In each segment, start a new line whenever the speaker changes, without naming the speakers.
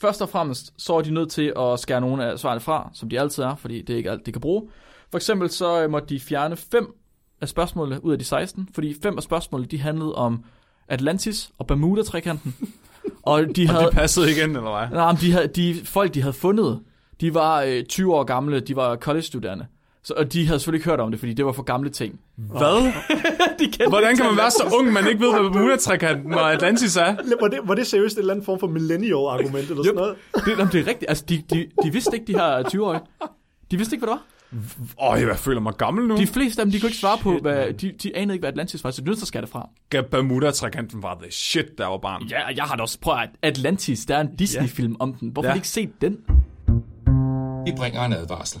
Først og fremmest, så er de nødt til at skære nogle af svarene fra, som de altid er, fordi det er ikke alt, de kan bruge. For eksempel så øh, måtte de fjerne fem af spørgsmålene ud af de 16, fordi fem af spørgsmålene, de handlede om Atlantis og Bermuda-trekanten. og de havde...
Det passede igen, eller hvad?
Nej, men de, havde, de folk, de havde fundet, de var øh, 20 år gamle, de var college-studerende. Så, og de havde selvfølgelig ikke hørt om det, fordi det var for gamle ting.
Hvad? Hvordan kan man være så ung, man ikke ved, hvad Bermuda-trekanten og Atlantis er?
Var det, var det seriøst en eller anden form for millennial-argument eller sådan noget?
Det, jamen, det er rigtigt. Altså, de, de, de vidste ikke, de her 20-årige. De vidste ikke, hvad det var.
Åh, jeg føler mig gammel nu.
De fleste af dem, de kunne ikke svare på, hvad, de, de anede ikke, hvad Atlantis var, så de nødt til at skære det fra.
De... Bermuda-trekanten var det shit, der var barn.
Ja, og jeg har da også prøvet Atlantis. Der er en Disney-film om den. Hvorfor
Ja.
har de ikke set den?
Vi bringer en advarsel.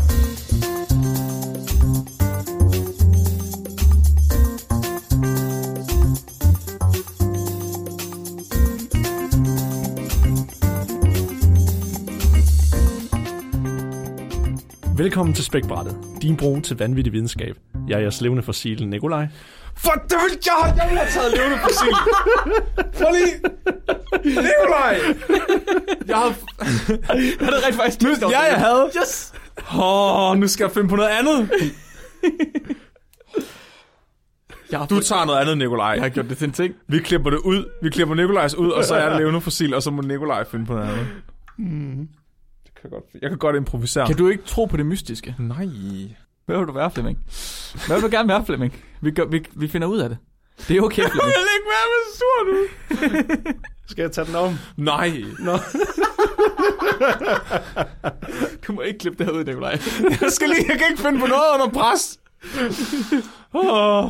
Velkommen til Spækbrættet, din bro til vanvittig videnskab. Jeg er jeres levende fossil, Nikolaj.
For døl, jeg har jeg har taget levende fossil. Prøv lige. Nikolaj! Jeg har...
Ja, det er rent faktisk nu,
Ja, jeg havde.
Yes!
Åh, oh, nu skal jeg finde på noget andet.
Jeg har,
Du tager noget andet, Nikolaj.
jeg har gjort det til en ting.
Vi klipper det ud. Vi klipper Nikolajs ud, og så er det levende fossil, og så må Nikolaj finde på noget andet. Mm. Det kan jeg, godt, jeg kan godt improvisere.
Kan du ikke tro på det mystiske?
Nej.
Hvad vil du være, Flemming? Hvad vil du gerne være, Flemming? Vi, gør, vi, vi finder ud af det. Det er okay, Flemming.
Jeg vil ikke være med sur nu.
Skal jeg tage den om?
Nej.
Nå.
Du må ikke klippe det her ud, Nikolaj.
Jeg, skal lige, jeg kan ikke finde på noget under pres. Oh.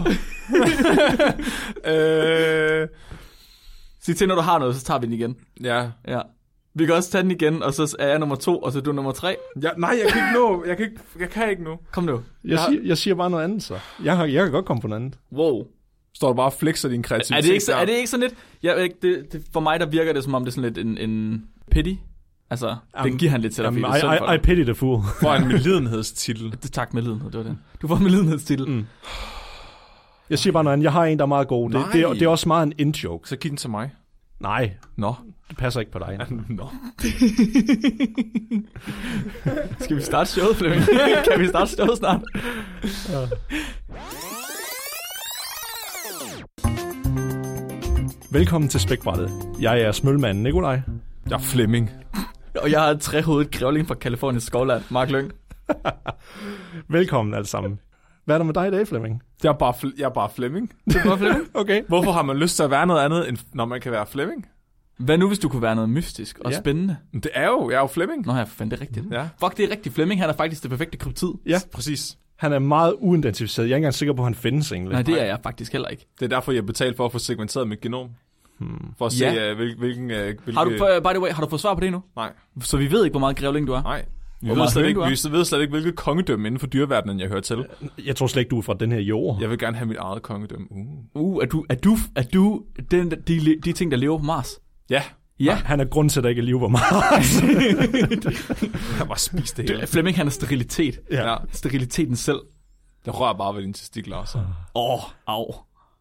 øh,
Sig til, når du har noget, så tager vi den igen.
ja.
Ja. Vi kan også tage den igen, og så er jeg nummer to, og så er du nummer tre.
ja. Nej, jeg kan ikke nå. Jeg kan ikke, jeg kan ikke nå.
Kom nu.
Jeg, siger, jeg siger bare noget andet, så. Jeg, har, jeg kan godt komme på noget andet.
Wow.
Står du bare og flexer din kreativitet
Er det ikke, så-
der?
er det ikke sådan lidt... Jeg, ved ikke, det, det, for mig, der virker det, som om det er sådan lidt en, en pity. Altså, den giver han lidt til dig, fordi
Jamen,
det er synd for
I, I, I
dig.
pity the fool.
For en medlidenhedstitel.
Det- Tak med lidenhed, det var det. Du får med lidenhedstitel. Mm.
Jeg siger bare noget andet. Jeg har en, der er meget god. Det,
Nej.
det, er, det er også meget en in-joke.
Så giv den til mig.
Nej,
Nå.
det passer ikke på dig.
Nå.
Skal vi starte showet, Flemming? kan vi starte showet snart?
Velkommen til Spækbrættet. Jeg er jeres mølmand, Nikolaj.
Jeg er Flemming.
Og jeg har et trehovedet grævling fra Kaliforniens skovland, Mark Lyng.
Velkommen alle sammen. Hvad er der med dig i dag, Flemming?
Jeg er bare, fl- jeg er bare Flemming.
Hvorfor, Flemming?
Okay.
Hvorfor har man lyst til at være noget andet, end når man kan være Flemming?
Hvad nu, hvis du kunne være noget mystisk og
Ja.
ja. spændende?
Men Det er jo, jeg er jo Flemming.
Nå ja, for fanden, det er rigtigt.
Ja.
Fuck, det er rigtigt. Flemming, han er faktisk det perfekte kryptid.
Ja.
Præcis.
Han er meget uidentificeret. Jeg er ikke engang sikker på, at han findes egentlig.
Nej, det er jeg faktisk heller ikke.
Det er derfor, jeg betalte for at få segmenteret mit genom. Hmm. For at se,
Ja.
ja. hvil, hvilken... øh, hvilke...
Har du, for- by the way, har du fået svar på det nu?
Nej,
Så vi ved ikke, hvor meget grævling du er.
nej. Vi
meget
ved, slet
høn
ikke,
du er.
vi ved slet ikke, hvilket kongedømme inden for dyreverdenen, jeg hører til.
Jeg tror slet ikke, du er fra den her jord.
Jeg vil gerne have mit eget kongedømme. Uh.
Uh, er du, er du, er du den, de, le- de ting, der lever på Mars?
Ja,
Ja.
Han er grund til, at der ikke er liv på Mars.
jeg bare spist det hele.
Det, Flemming, han er sterilitet.
Ja.
Steriliteten selv.
Jeg rører bare ved dine testikler også.
Åh, oh, au.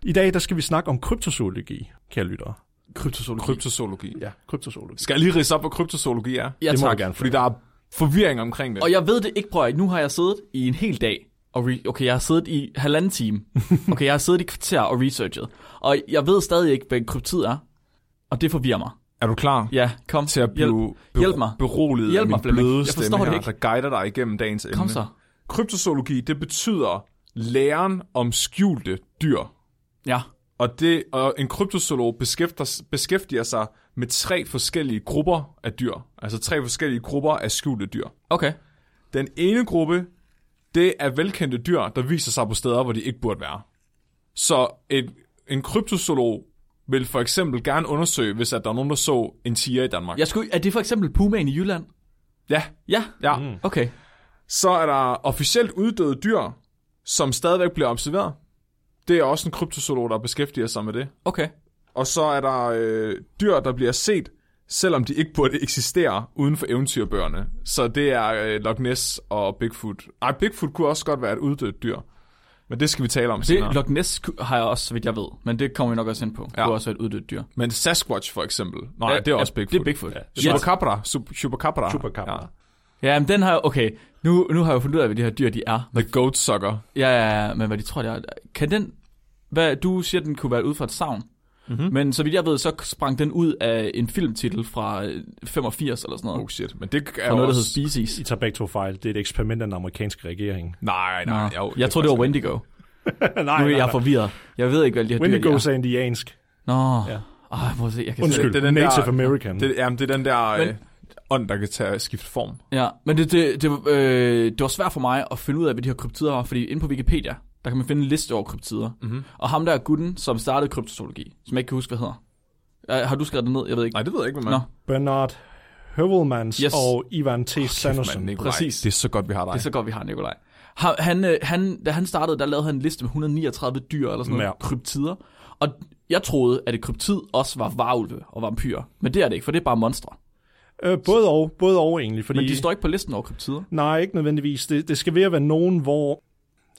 I dag der skal vi snakke om kryptozoologi, kære lyttere.
Kryptozoologi.
Kryptozoologi.
Ja, kryptozoologi.
Skal jeg lige ridse op, hvad kryptozoologi er?
ja,
det må
tak.
du gerne.
Fordi der er forvirring omkring det.
Og jeg ved det ikke, prøv at Nu har jeg siddet i en hel dag. Og re- okay, jeg har siddet i halvanden time. Okay, jeg har siddet i kvarter og researchet. Og jeg ved stadig ikke, hvad en kryptid er. Og det forvirrer mig.
Er du klar
Ja, kom.
til at blive
Hjælp, hjælp mig.
beroliget
Hjælp
af
mig,
min
Flemming.
bløde
Jeg
stemme
forstår det
her,
ikke.
der guider dig igennem dagens emne?
Kom så.
Kryptozoologi, det betyder læren om skjulte dyr.
Ja.
Og, det, og en kryptozoolog beskæftiger, beskæftiger sig med tre forskellige grupper af dyr. Altså tre forskellige grupper af skjulte dyr.
Okay.
Den ene gruppe, det er velkendte dyr, der viser sig på steder, hvor de ikke burde være. Så et, en kryptozoolog vil for eksempel gerne undersøge, hvis at der er nogen, der så en tiger i Danmark.
Jeg skulle, er det for eksempel Pumaen i Jylland?
Ja,
Ja.
ja. Mm.
Okay.
Så er der officielt uddøde dyr, som stadigvæk bliver observeret. Det er også en kryptozoolog, der beskæftiger sig med det.
Okay.
Og så er der øh, dyr, der bliver set, selvom de ikke burde eksistere uden for eventyrbøgerne. Så det er øh, Loch Ness og Bigfoot. Ej, Bigfoot kunne også godt være et uddødt dyr. Men det skal vi tale om senere.
Det, Loch Ness ku- har jeg også, så vidt jeg ved. Men det kommer vi nok også ind på. Ja.
Ja.
Det er også et uddødt dyr.
Men Sasquatch for eksempel. Nej,
Ja,
det er også
ja,
Bigfoot.
Det er Bigfoot. Ja.
Chupacabra. Sup- Chupacabra.
Chupacabra.
Ja, men den har jeg... Okay, nu, nu har jeg jo fundet ud af, hvad de her dyr, de er.
The Goat Sucker.
Ja, ja, ja, men hvad de tror, det er... Kan den... Hvad, du siger, den kunne være ud fra et savn.
Mhm.
Mm-hmm. Men så vidt jeg ved, så sprang den ud af en filmtitel fra øh, 85 eller sådan noget.
Oh shit. Men det er
fra noget, der hedder
også...
Species.
I tager begge to fejl. Det er et eksperiment af den amerikanske regering.
Nej, nej.
Nej,
Jo,
jeg tror, det var Wendigo.
nej,
Nu
nej,
er jeg forvirret. Jeg ved ikke, hvad de her dyr
Wendigos
de
er indiansk.
er. Nå,
Ja.
Ej, prøv at se, jeg kan
Undskyld,
det er
det,
den
det
der-
Native American.
Det, jamen, det er den der
Men-
men... øh, ånd, der kan tage skifte form.
Ja, men det, det, det, øh, det var svært for mig at finde ud af, hvad de her kryptider var, fordi inde på Wikipedia, der kan man finde en liste over kryptider.
Mhm.
Mm-hmm. Og ham der er gutten, som startede kryptozoologi, som jeg ikke kan huske, hvad hedder. Øh, Har du skrevet det ned? Jeg ved ikke.
Nej, det ved jeg ikke, hvad
Nå.
man...
Bernard Høvelmans
Yes.
yes. og Ivan T. Oh, Sanderson.
Man,
Præcis.
Præcis. Det er så godt, vi har dig.
Det er så godt, vi har Nikolaj. Han, han, øh, han, da han startede, der lavede han en liste med 139 dyr eller sådan noget,
Ja.
kryptider. Og jeg troede, at et kryptid også var varulve og vampyrer. Men det er det ikke, for det er bare monstre.
Øh, både og, både og egentlig. Fordi,
Men de står ikke på listen over kryptider.
Nej, ikke nødvendigvis. Det, det skal ved at være nogen, hvor...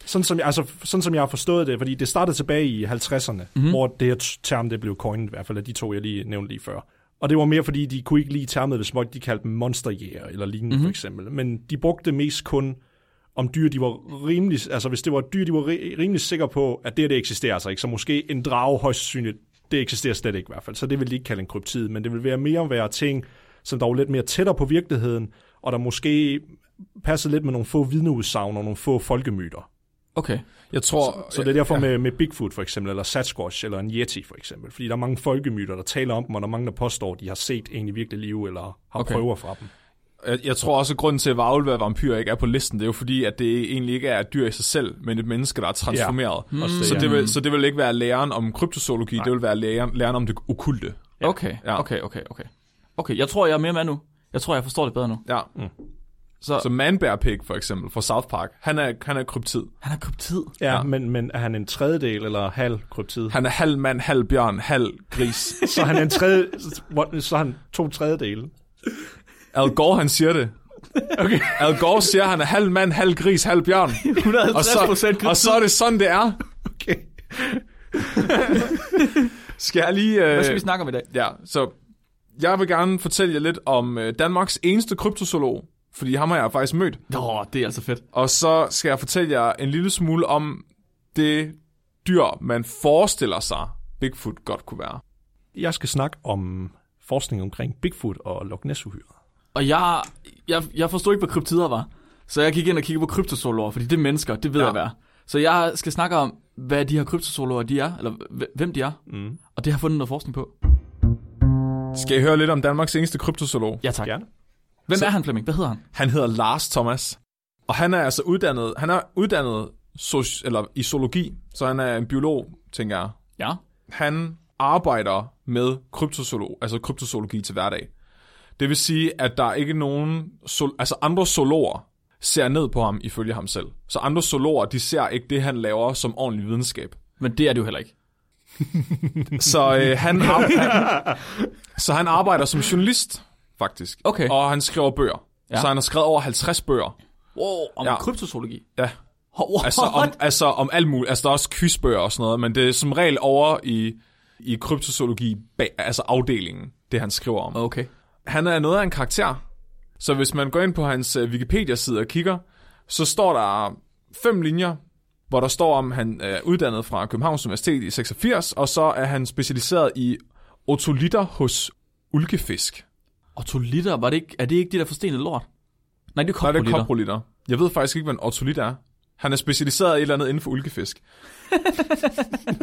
Sådan som, jeg, altså, sådan som jeg har forstået det, fordi det startede tilbage i 50'erne, mm-hmm. hvor det her t- term det blev coined, i hvert fald af de to, jeg lige nævnte lige før. Og det var mere, fordi de kunne ikke lide termet, hvis folk de kaldte dem monsterjæger eller lignende mm-hmm. for eksempel. Men de brugte det mest kun om dyr, de var rimelig, altså hvis det var dyr, de var ri- rimelig sikre på, at det her, det eksisterer altså ikke, så måske en drage højst sandsynligt, det eksisterer slet ikke i hvert fald, så det vil de ikke kalde en kryptid, men det vil være mere være ting, som der var lidt mere tættere på virkeligheden, og der måske passede lidt med nogle få vidneudsagn og nogle få folkemyter.
Okay.
Jeg tror...
Så det er derfor med, med Bigfoot for eksempel, eller Sasquatch, eller en Yeti for eksempel, fordi der er mange folkemyter, der taler om dem, og der er mange, der påstår, at de har set en i virkelig liv, eller har
Okay.
okay. prøver fra dem.
Jeg, jeg tror også, at grunden til, at varulve og vampyrer ikke er på listen, det er jo fordi, at det egentlig ikke er et dyr i sig selv, men et menneske, der er transformeret. Ja.
Også det,
Så,
ja.
det vil, så det vil ikke være læren om kryptozoologi, det vil være læren, læren om det okulte.
Okay,
Ja.
okay, okay, okay. Okay, jeg tror, jeg er mere med nu. Jeg tror, jeg forstår det bedre nu.
Ja.
Så,
Så Man Bear Pig, for eksempel, fra South Park, han er, han er kryptid.
han har kryptid.
Ja, ja. Men, men er han en tredjedel eller halv kryptid?
Han er halv mand, halv bjørn, halv gris.
Så er han en tredje, hvor- så er han to tredjedele.
Al Gore, han siger det. Okay. Al Gore siger, at han er halv mand, halv gris, halv bjørn. Og
150
så, og så er det sådan, det er.
Okay.
Skal jeg lige... Øh...
Hvad skal vi snakke om i dag?
Ja, så jeg vil gerne fortælle jer lidt om øh, Danmarks eneste kryptozoolog, fordi ham har jeg faktisk mødt.
Nå, det er altså fedt.
Og så skal jeg fortælle jer en lille smule om det dyr, man forestiller sig, Bigfoot godt kunne være.
Jeg skal snakke om forskning omkring Bigfoot og Loch ness uhyret.
Og jeg, jeg, jeg forstod ikke, hvad kryptider var. Så jeg gik ind og kiggede på kryptozoologer, fordi det er mennesker, det ved ja.
Ja.
jeg hvad. er. Så jeg skal snakke om, hvad de her kryptozoologer de er, eller hv- hvem de er. Mm. Og det har jeg fundet noget forskning på.
Skal I høre lidt om Danmarks eneste kryptozoolog?
Ja tak. Ja.
Gerne.
Hvem så... er han, Flemming? Hvad hedder han?
Han hedder Lars Thomas, og han er altså uddannet, han er uddannet soci- eller i zoologi, så han er en biolog, tænker jeg.
Ja.
han arbejder med kryptozoolog, altså kryptozoologi til hverdag. Det vil sige, at der er ikke nogen, zool- altså andre zoologer ser ned på ham ifølge ham selv. Så andre zoologer, de ser ikke det, han laver som ordentlig videnskab.
Men det er det jo heller ikke.
Så, øh, han, ar- han, så han arbejder som journalist, faktisk.
Okay.
Og han skriver bøger.
Ja.
Ja. Så han har skrevet over 50 bøger.
Wow, om ja.
Ja.
kryptozoologi.
Ja.
Wow,
Altså om,
what?
altså om alt muligt. Altså der er også quizbøger og sådan noget, men det er som regel over i, i kryptozoologi, bag, altså afdelingen, det han skriver om.
Okay.
han er noget af en karakter. Så hvis man går ind på hans øh, Wikipedia-side og kigger, så står der fem linjer, hvor der står om, at han er uddannet fra Københavns Universitet i 86, og så er han specialiseret i otolitter hos ulkefisk.
Og tolitter, var det ikke, er det ikke de der forstenede lort? Nej, det er
Der er det
koprolitter.
koprolitter. Jeg ved faktisk ikke, hvad en otolit er. Han er specialiseret i et eller andet inden for ulkefisk.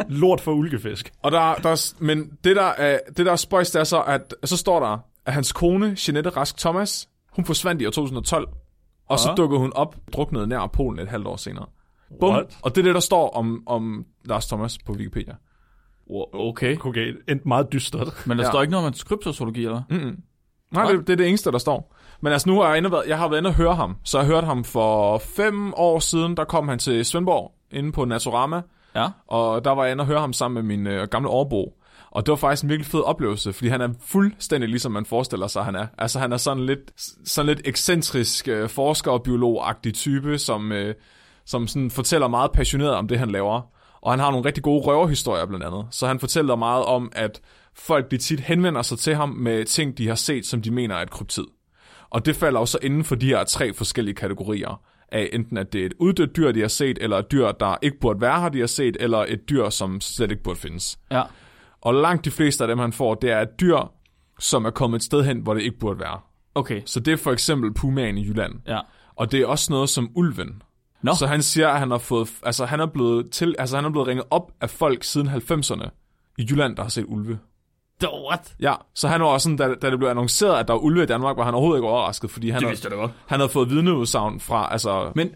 Lort for ulkefisk.
Og der, der, er s- men det der, er, det der er spøjst, det er så, at så står der, at hans kone, Jeanette Rask Thomas, hun forsvandt i år 2012, og så dukkede hun op, druknede nær Polen et halvt år senere. Bum.
What?
Og det er det, der står om, om Lars Thomas på Wikipedia.
Wow, Okay.
Okay, endt meget dystert.
Men der ja.
Ja.
står ikke noget om hans kryptozoologi, eller? Mm.
Nej, det, det er det eneste, der står. Men altså, nu har jeg, inde været, jeg har været inde og høre ham. Så jeg hørte ham for fem år siden, der kom han til Svendborg, inde på Naturama,
Ja.
og der var jeg inde og høre ham sammen med min øh, gamle overbo. Og det var faktisk en virkelig fed oplevelse, fordi han er fuldstændig ligesom man forestiller sig, han er. Altså han er sådan lidt, sådan lidt ekscentrisk øh, forsker- og biolog-agtig type, som, øh, som sådan fortæller meget passioneret om det, han laver. Og han har nogle rigtig gode røverhistorier blandt andet. Så han fortæller meget om, at folk de tit henvender sig til ham med ting, de har set, som de mener er et kryptid. Og det falder jo så inden for de her tre forskellige kategorier af enten at det er et uddødt dyr, de har set, eller et dyr, der ikke burde være her, de har set, eller et dyr, som slet ikke burde findes.
Ja.
Og langt de fleste af dem, han får, det er et dyr, som er kommet et sted hen, hvor det ikke burde være.
Okay.
Så det er for eksempel pumaen i Jylland.
Ja.
Og det er også noget som ulven.
Nå.
Så han siger, at han har fået, altså han er blevet til, altså han er blevet ringet op af folk siden 90'erne i Jylland, der har set ulve.
The what?
Ja, så han var også sådan, da, da det blev annonceret, at der var ulve i Danmark, var han overhovedet ikke overrasket, fordi han, havde,
jeg da godt.
han havde fået vidneudsagn fra, altså...
Men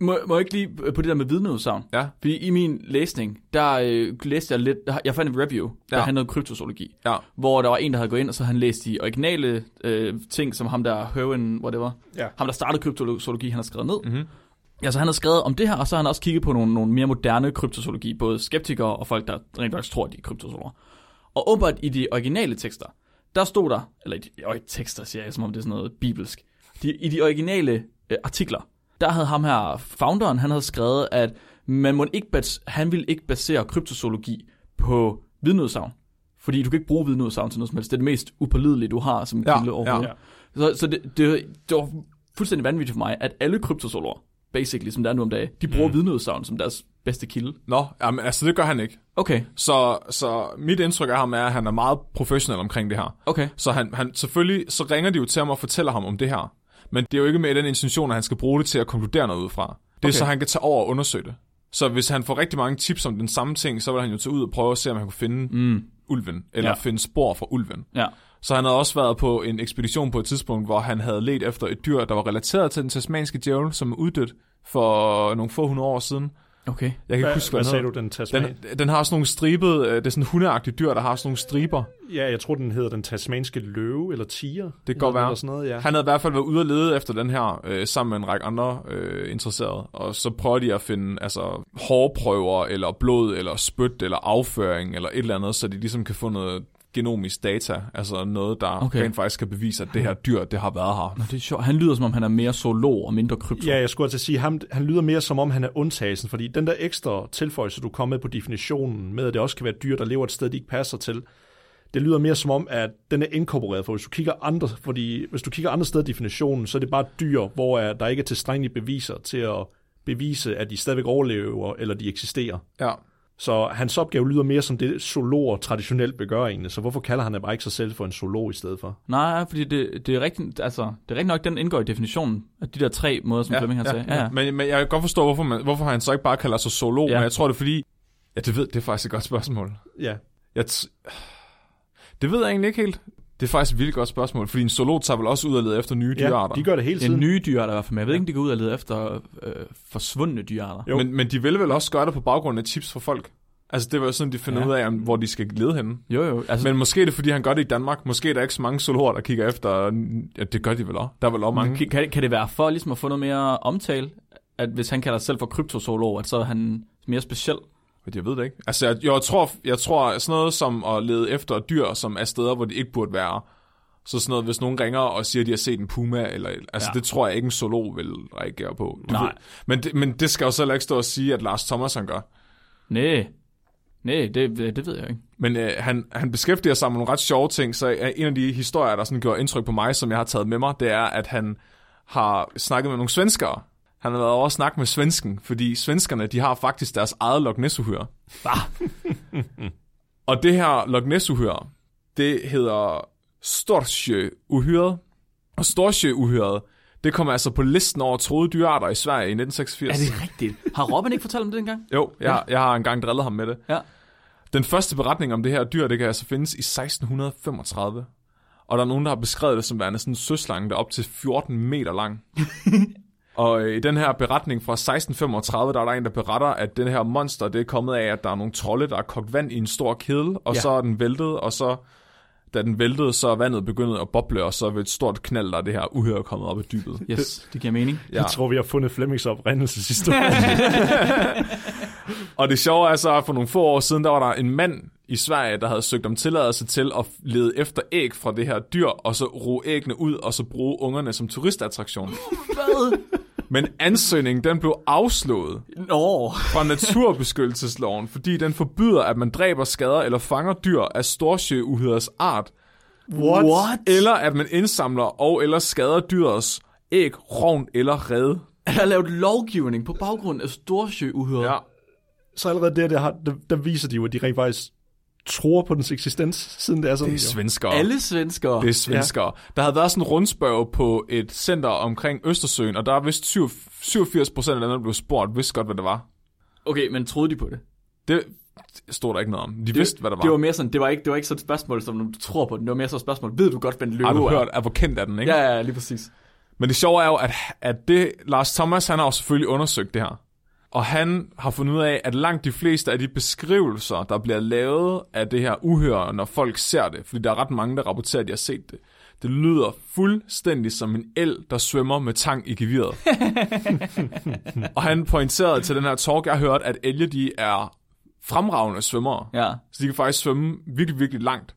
må, må jeg ikke lige øh, på det der med vidneudsagn?
Ja.
Fordi i min læsning, der øh, læste jeg lidt, jeg fandt en review, der
Ja.
handlede om kryptozoologi.
Ja.
Hvor der var en, der havde gået ind, og så havde han læst de originale øh, ting, som ham der, Herwin, whatever,
Ja.
ham der startede kryptozoologi, han har skrevet ned. Mm-hmm. Altså han har skrevet om det her, og så har han også kigget på nogle, nogle mere moderne kryptozoologi, både skeptikere og folk, der rent faktisk tror, at de er kryptozoologer. Og åbenbart i de originale tekster, der stod der, eller i de øj, tekster siger jeg, som om det er sådan noget bibelsk, de, i de originale øh, artikler, der havde ham her, founderen, han havde skrevet, at man må ikke bas- han ville ikke basere kryptozoologi på vidneudsagn. Fordi du kan ikke bruge vidneudsagn til noget som helst. Det er det mest upålidelige, du har som
Ja,
kilde overhovedet. Ja. Så, så det, det, det var fuldstændig vanvittigt for mig, at alle kryptozoologer, basically, som der er nu om dagen, de bruger mm. vidneudsagn som deres bedste kilde.
Nå, jamen, altså det gør han ikke.
Okay,
Så, så mit indtryk af ham er, at han er meget professionel omkring det her.
okay.
Så han, han, selvfølgelig så ringer de jo til ham og fortæller ham om det her. Men det er jo ikke med den intention, at han skal bruge det til at konkludere noget ud fra. Det er
Okay.
okay. så, han kan tage over og undersøge det. Så hvis han får rigtig mange tips om den samme ting, så vil han jo tage ud og prøve at se, om han kunne finde mm. ulven, eller
Ja.
ja. finde spor fra ulven.
Ja.
Så han havde også været på en ekspedition på et tidspunkt, hvor han havde let efter et dyr, der var relateret til den tasmanske djævel, som er uddødt for nogle få hundrede år siden.
Okay.
Jeg kan ikke
Hvad,
huske, hvad,
hvad
den
sagde du,
hedder.
den tasman? Den...
Den, den har sådan nogle stribede, øh, det er sådan en hundeagtig dyr, der har sådan nogle striber.
Ja, jeg tror, den hedder den tasmanske løve eller tiger.
Det kan godt være.
Eller sådan noget, ja.
Han havde i hvert fald været ude og lede efter den her, øh, sammen med en række andre øh, interesserede. Og så prøver de at finde altså, hårprøver, eller blod, eller spyt, eller afføring, eller et eller andet, så de ligesom kan få noget genomisk data. Altså noget, der
Okay.
okay. rent faktisk kan bevise, at det her dyr, det har været her.
Nå, det er sjovt. Han lyder, som om han er mere zoolog og mindre krypto.
Ja, jeg skulle altså sige, ham, han lyder mere som om, han er undtagelsen, fordi den der ekstra tilføjelse, du kom med på definitionen, med at det også kan være dyr, der lever et sted, de ikke passer til, det lyder mere som om, at den er inkorporeret, for hvis du kigger andre, fordi hvis du kigger andre steder i definitionen, så er det bare dyr, hvor øh, der ikke er tilstrækkelige beviser til at bevise, at de stadigvæk overlever, eller de eksisterer.
Ja.
Så hans opgave lyder mere som det, zoologer traditionelt vil gøre egentlig, så hvorfor kalder han det bare ikke sig selv for en zoolog i stedet for?
Nej, fordi det, det, er rigtigt, altså, det er rigtigt nok, den indgår i definitionen af de der tre måder, som ja, Flemming han sagde. Ja, ja.
Men, men jeg kan godt forstå, hvorfor, man, hvorfor han så ikke bare kalder sig zoolog,
Ja.
ja. men jeg tror, det er fordi... Ja, det ved, det er faktisk et godt spørgsmål.
Ja,
Jeg t- det ved jeg egentlig ikke helt. Det er faktisk et vildt godt spørgsmål, fordi en zoolog tager vel også ud og leder efter nye
ja
dyrearter.
de gør det hele
Det er
tiden.
nye dyrearter i hvert fald, men jeg ved ikke, om de går ud og leder efter øh, forsvundne dyrearter.
Jo.
Men, men de vil vel også gøre det på baggrund af tips fra folk. Altså det var jo sådan, de finder
Ja.
ja. ud af, om- hvor de skal lede henne.
Jo, jo. Altså,
Men måske er det, fordi han gør det i Danmark. Måske er der ikke så mange zoologer, der kigger efter... Ja, det gør de vel også. Der er vel også mange...
Kan, kan, kan det være for ligesom at få noget mere omtale, at hvis han kalder sig selv for kryptozoolog, at så er han mere speciel?
Men Jeg ved det ikke. Altså jeg, jeg, tror, jeg tror sådan noget som at lede efter dyr, som er steder, hvor de ikke burde være. Så sådan noget, hvis nogen ringer og siger, at de har set en puma, eller, altså
Ja.
ja. det tror jeg ikke en zoolog vil reagere på. Du
Nej.
ved- Men det, men det skal jo så heller ikke stå og sige, at Lars Thomas han gør.
Nej, nej, det, det ved jeg ikke.
Men øh, han, han beskæftiger sig med nogle ret sjove ting, så øh, en af de historier, der sådan gjorde indtryk på mig, som jeg har taget med mig, det er, at han har snakket med nogle svenskere. Han har været over og snakke med svensken, fordi svenskerne, de har faktisk deres eget Loch ness
Ah.
Og det her Loch ness det hedder Storsjøuhyret. Og Storsjøuhyret, det kommer altså på listen over troede dyrearter i Sverige i 1986.
Er det rigtigt? Har Robin ikke fortalt om det engang?
Jo, jeg, jeg har engang drillet ham med det.
Ja.
Den første beretning om det her dyr, det kan altså findes i 1635. Og der er nogen, der har beskrevet det som værende sådan en søslange, der er op til 14 meter lang. og øh, i den her beretning fra 1635, der er der en, der beretter, at den her monster, det er kommet af, at der er nogle trolde, der har kogt vand i en stor kedel, og
Ja.
ja. så er den væltet, og så da den væltede, så er vandet begyndt at boble, og så er ved et stort knald, der er det her uhør kommet op i dybet.
Yes, det giver mening.
Jeg tror, vi har fundet Flemmings oprindelseshistorie.
Og det sjove er så, at for nogle få år siden, der var der en mand i i Sverige, der havde søgt om tilladelse til at lede efter æg fra det her dyr, og så ro æggene ud, og så bruge ungerne som turistattraktion.
Hvad?
Men ansøgningen, den blev afslået
Nå.
fra naturbeskyttelsesloven, fordi den forbyder, at man dræber, skader eller fanger dyr af storsjøuheders art,
What?
What?
eller at man indsamler og eller skader dyrets æg, rovn eller red.
Han har lavet lovgivning på baggrund af storsjøuhyrer.
Ja.
Så allerede der, der, har, der, der viser de jo, at de rent faktisk tror på dens eksistens, siden det er sådan.
Det er svenskere.
Alle svenskere.
Det er svenskere. Ja. Der havde været sådan en rundspørg på et center omkring Østersøen, og der er vist 87 87 procent af dem, der blev spurgt, vidste godt, hvad det var.
Okay, men troede de på det?
Det stod der ikke noget om. De det, vidste, hvad det var.
Det var mere sådan, det var ikke, det var ikke sådan et spørgsmål, som om du tror på den. Det var mere sådan et spørgsmål, ved du godt, hvad en løve
har du
er?
hørt, at hvor kendt er den, ikke?
Ja, ja, ja, lige præcis.
Men det sjove er jo, at, at det, Lars Thomas, han har jo selvfølgelig undersøgt det her. Og han har fundet ud af, at langt de fleste af de beskrivelser, der bliver lavet af det her uhør, når folk ser det, fordi der er ret mange, der rapporterer, at de har set det, det lyder fuldstændig som en el, der svømmer med tang i geviret. og han pointerede til den her talk, jeg hørte, at elge de er fremragende svømmere.
Ja.
Så de kan faktisk svømme virkelig, virkelig langt.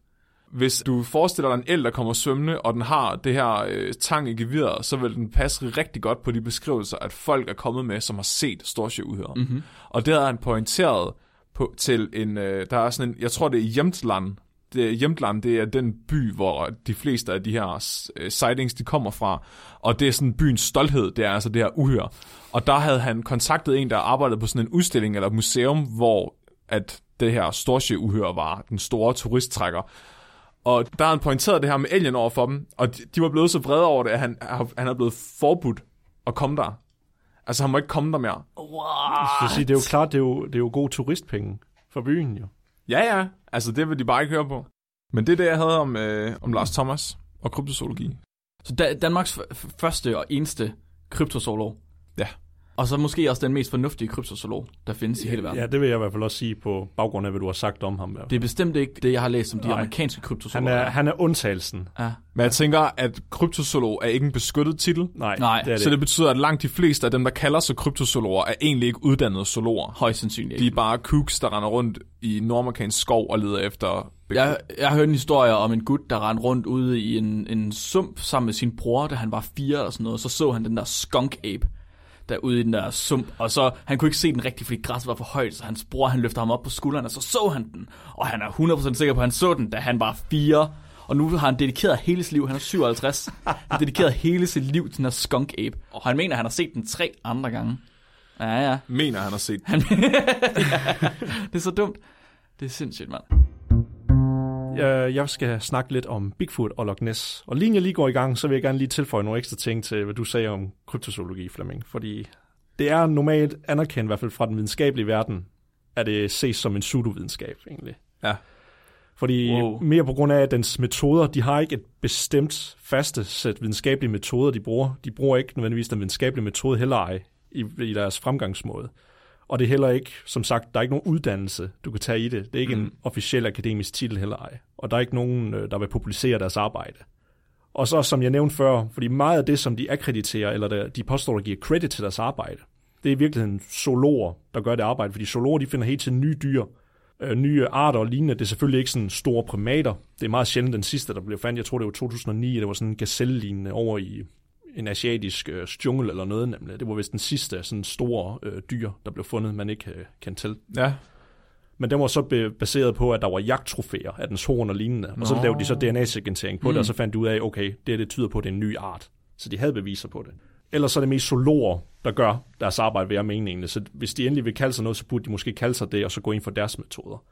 Hvis du forestiller dig en el, der kommer svømmende, og den har det her øh, tang i geviret, så vil den passe rigtig godt på de beskrivelser, at folk er kommet med, som har set storsjøudhører. Mm-hmm. Og det havde han pointeret på, til en, øh, der er sådan en, jeg tror det er Jämtland. Det, er- Jämtland, det er den by, hvor de fleste af de her øh, sightings, de kommer fra. Og det er sådan byens stolthed, det er altså det her uhør. Og der havde han kontaktet en, der arbejdede på sådan en udstilling eller et museum, hvor at det her storsjøuhør var den store turisttrækker. Og der har han pointeret det her med alien over for dem, og de, de var blevet så vrede over det, at han, han er blevet forbudt at komme der. Altså, han må ikke komme der mere.
Jeg sige, det er jo klart, det er jo, det er jo god turistpenge for byen jo.
Ja, ja. Altså, det vil de bare ikke høre på. Men det er det, jeg havde om, øh, om Lars Thomas og kryptozoologi.
Så da, Danmarks f- f- første og eneste kryptozoolog.
Ja.
Og så måske også den mest fornuftige kryptozoolog, der findes i hele verden.
Ja, det vil jeg i hvert fald også sige på baggrund af, hvad du har sagt om ham. i hvert fald.
Det er bestemt ikke det, jeg har læst om de
Nej.
amerikanske
Han
kryptozoologer.
er, han er undtagelsen.
Ja.
Men jeg tænker, at kryptozoolog er ikke en beskyttet titel.
Nej,
Nej,
det er det.
Så det betyder, at langt de fleste af dem, der kalder sig kryptozoologer, er egentlig ikke uddannede zoologer.
Højst sandsynligt
De er
ikke.
bare kooks, der render rundt i nordamerikansk skov og leder efter...
Jeg, jeg hørte en historie om en gut, der rendte rundt ude i en, en sump sammen med sin bror, da han var fire eller sådan noget. Så så han den der skunk ape der ude i den der sump, og så han kunne ikke se den rigtigt, fordi græsset var for højt, så hans bror han løfter ham op på skulderen, og så så han den. Og han er 100% sikker på, at han så den, da han var fire. Og nu har han dedikeret hele sit liv, han er 57, han har dedikeret hele sit liv til den her skunk ape. Og han mener, at han har set den tre andre gange. Ja, ja.
Mener han har set
Det er så dumt. Det er sindssygt, mand.
Øh, Jeg skal snakke lidt om Bigfoot og Loch Ness. Og lige jeg lige går i gang, så vil jeg gerne lige tilføje nogle ekstra ting til, hvad du sagde om kryptozoologi, Flemming. Fordi det er normalt anerkendt, i hvert fald fra den videnskabelige verden, at det ses som en pseudovidenskab, egentlig.
Ja.
Fordi
Wow.
wow. mere på grund af, at dens metoder, de har ikke et bestemt faste sæt videnskabelige metoder, de bruger. De bruger ikke nødvendigvis den videnskabelige metode heller ej i, i deres fremgangsmåde. Og det er heller ikke, som sagt, der er ikke nogen uddannelse, du kan tage i det. Det er ikke mm. en officiel akademisk titel heller ej. Og der er ikke nogen, øh, der vil publicere deres arbejde. Og så, som jeg nævnte før, fordi meget af det, som de akkrediterer, eller der, de påstår, der giver credit til deres arbejde, det er i virkeligheden zoologer, der gør det arbejde. Fordi zoologer, de finder helt til nye dyr, øh, nye arter og lignende. Det er selvfølgelig ikke sådan store primater. Det er meget sjældent den sidste, der blev fandt. Jeg tror, det var 2009, det var sådan en gazelle-lignende over i en asiatisk øh, jungle eller noget nemlig. Det var vist den sidste sådan store øh, dyr, der blev fundet, man ikke øh, kendte til.
Ja.
Men den var så be- baseret på, at der var jagttrofæer af dens horn og lignende. Og så lavede de så DNA-sekventering på mm. det, og så fandt de ud af, okay, det her det tyder på, at det er en ny art. Så de havde beviser på det. Ellers så er det mest zoologer, der gør deres arbejde ved at mene egentlig. Så hvis de endelig vil kalde sig noget, så burde de måske kalde sig det, og så gå ind for deres metoder.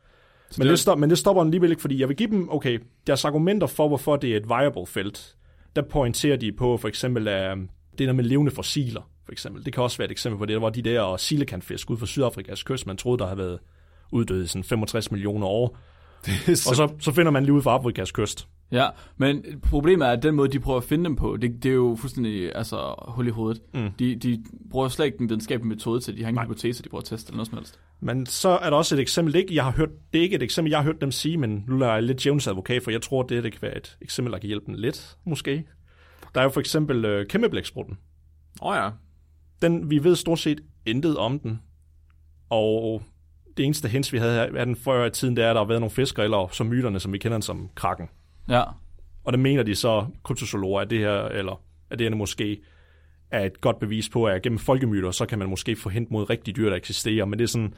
Men
det-
det, det stop, men det stopper den alligevel ikke, fordi jeg vil give dem, okay, deres argumenter for, hvorfor det er et viable felt, der pointerer de på for eksempel øh, det der med levende fossiler, for eksempel. Det kan også være et eksempel på det, der var de der silikanfisk ude for Sydafrikas kyst, man troede, der havde været uddøde i sådan 65 millioner år.
det.
Og så, så finder man lige ud for Afrikas kyst.
Ja, men problemet er, at den måde, de prøver at finde dem på, det, det er jo fuldstændig altså, hul i hovedet. Mm. De, de bruger slet ikke den videnskabelige metode til, det. de har ingen hypotese, de prøver at teste eller noget som helst.
Men så er der også et eksempel, det er ikke, jeg har hørt, det er ikke et eksempel, jeg har hørt dem sige, men nu er jeg lidt Jones advokat, for jeg tror, det, her, det kan være et eksempel, der kan hjælpe dem lidt, måske. Der er jo for eksempel øh, kæmpeblæksprutten.
Åh oh, ja.
Den, vi ved stort set intet om den. Og det eneste hens, vi havde af den før i tiden, det er, at der har været nogle fiskere, eller som myterne, som vi kender den som krakken.
Ja.
Og der mener de så, kryptozoologer, at det her, eller at det her måske er et godt bevis på, at gennem folkemyter, så kan man måske forhindre mod rigtige dyr, der eksisterer. Men det er sådan,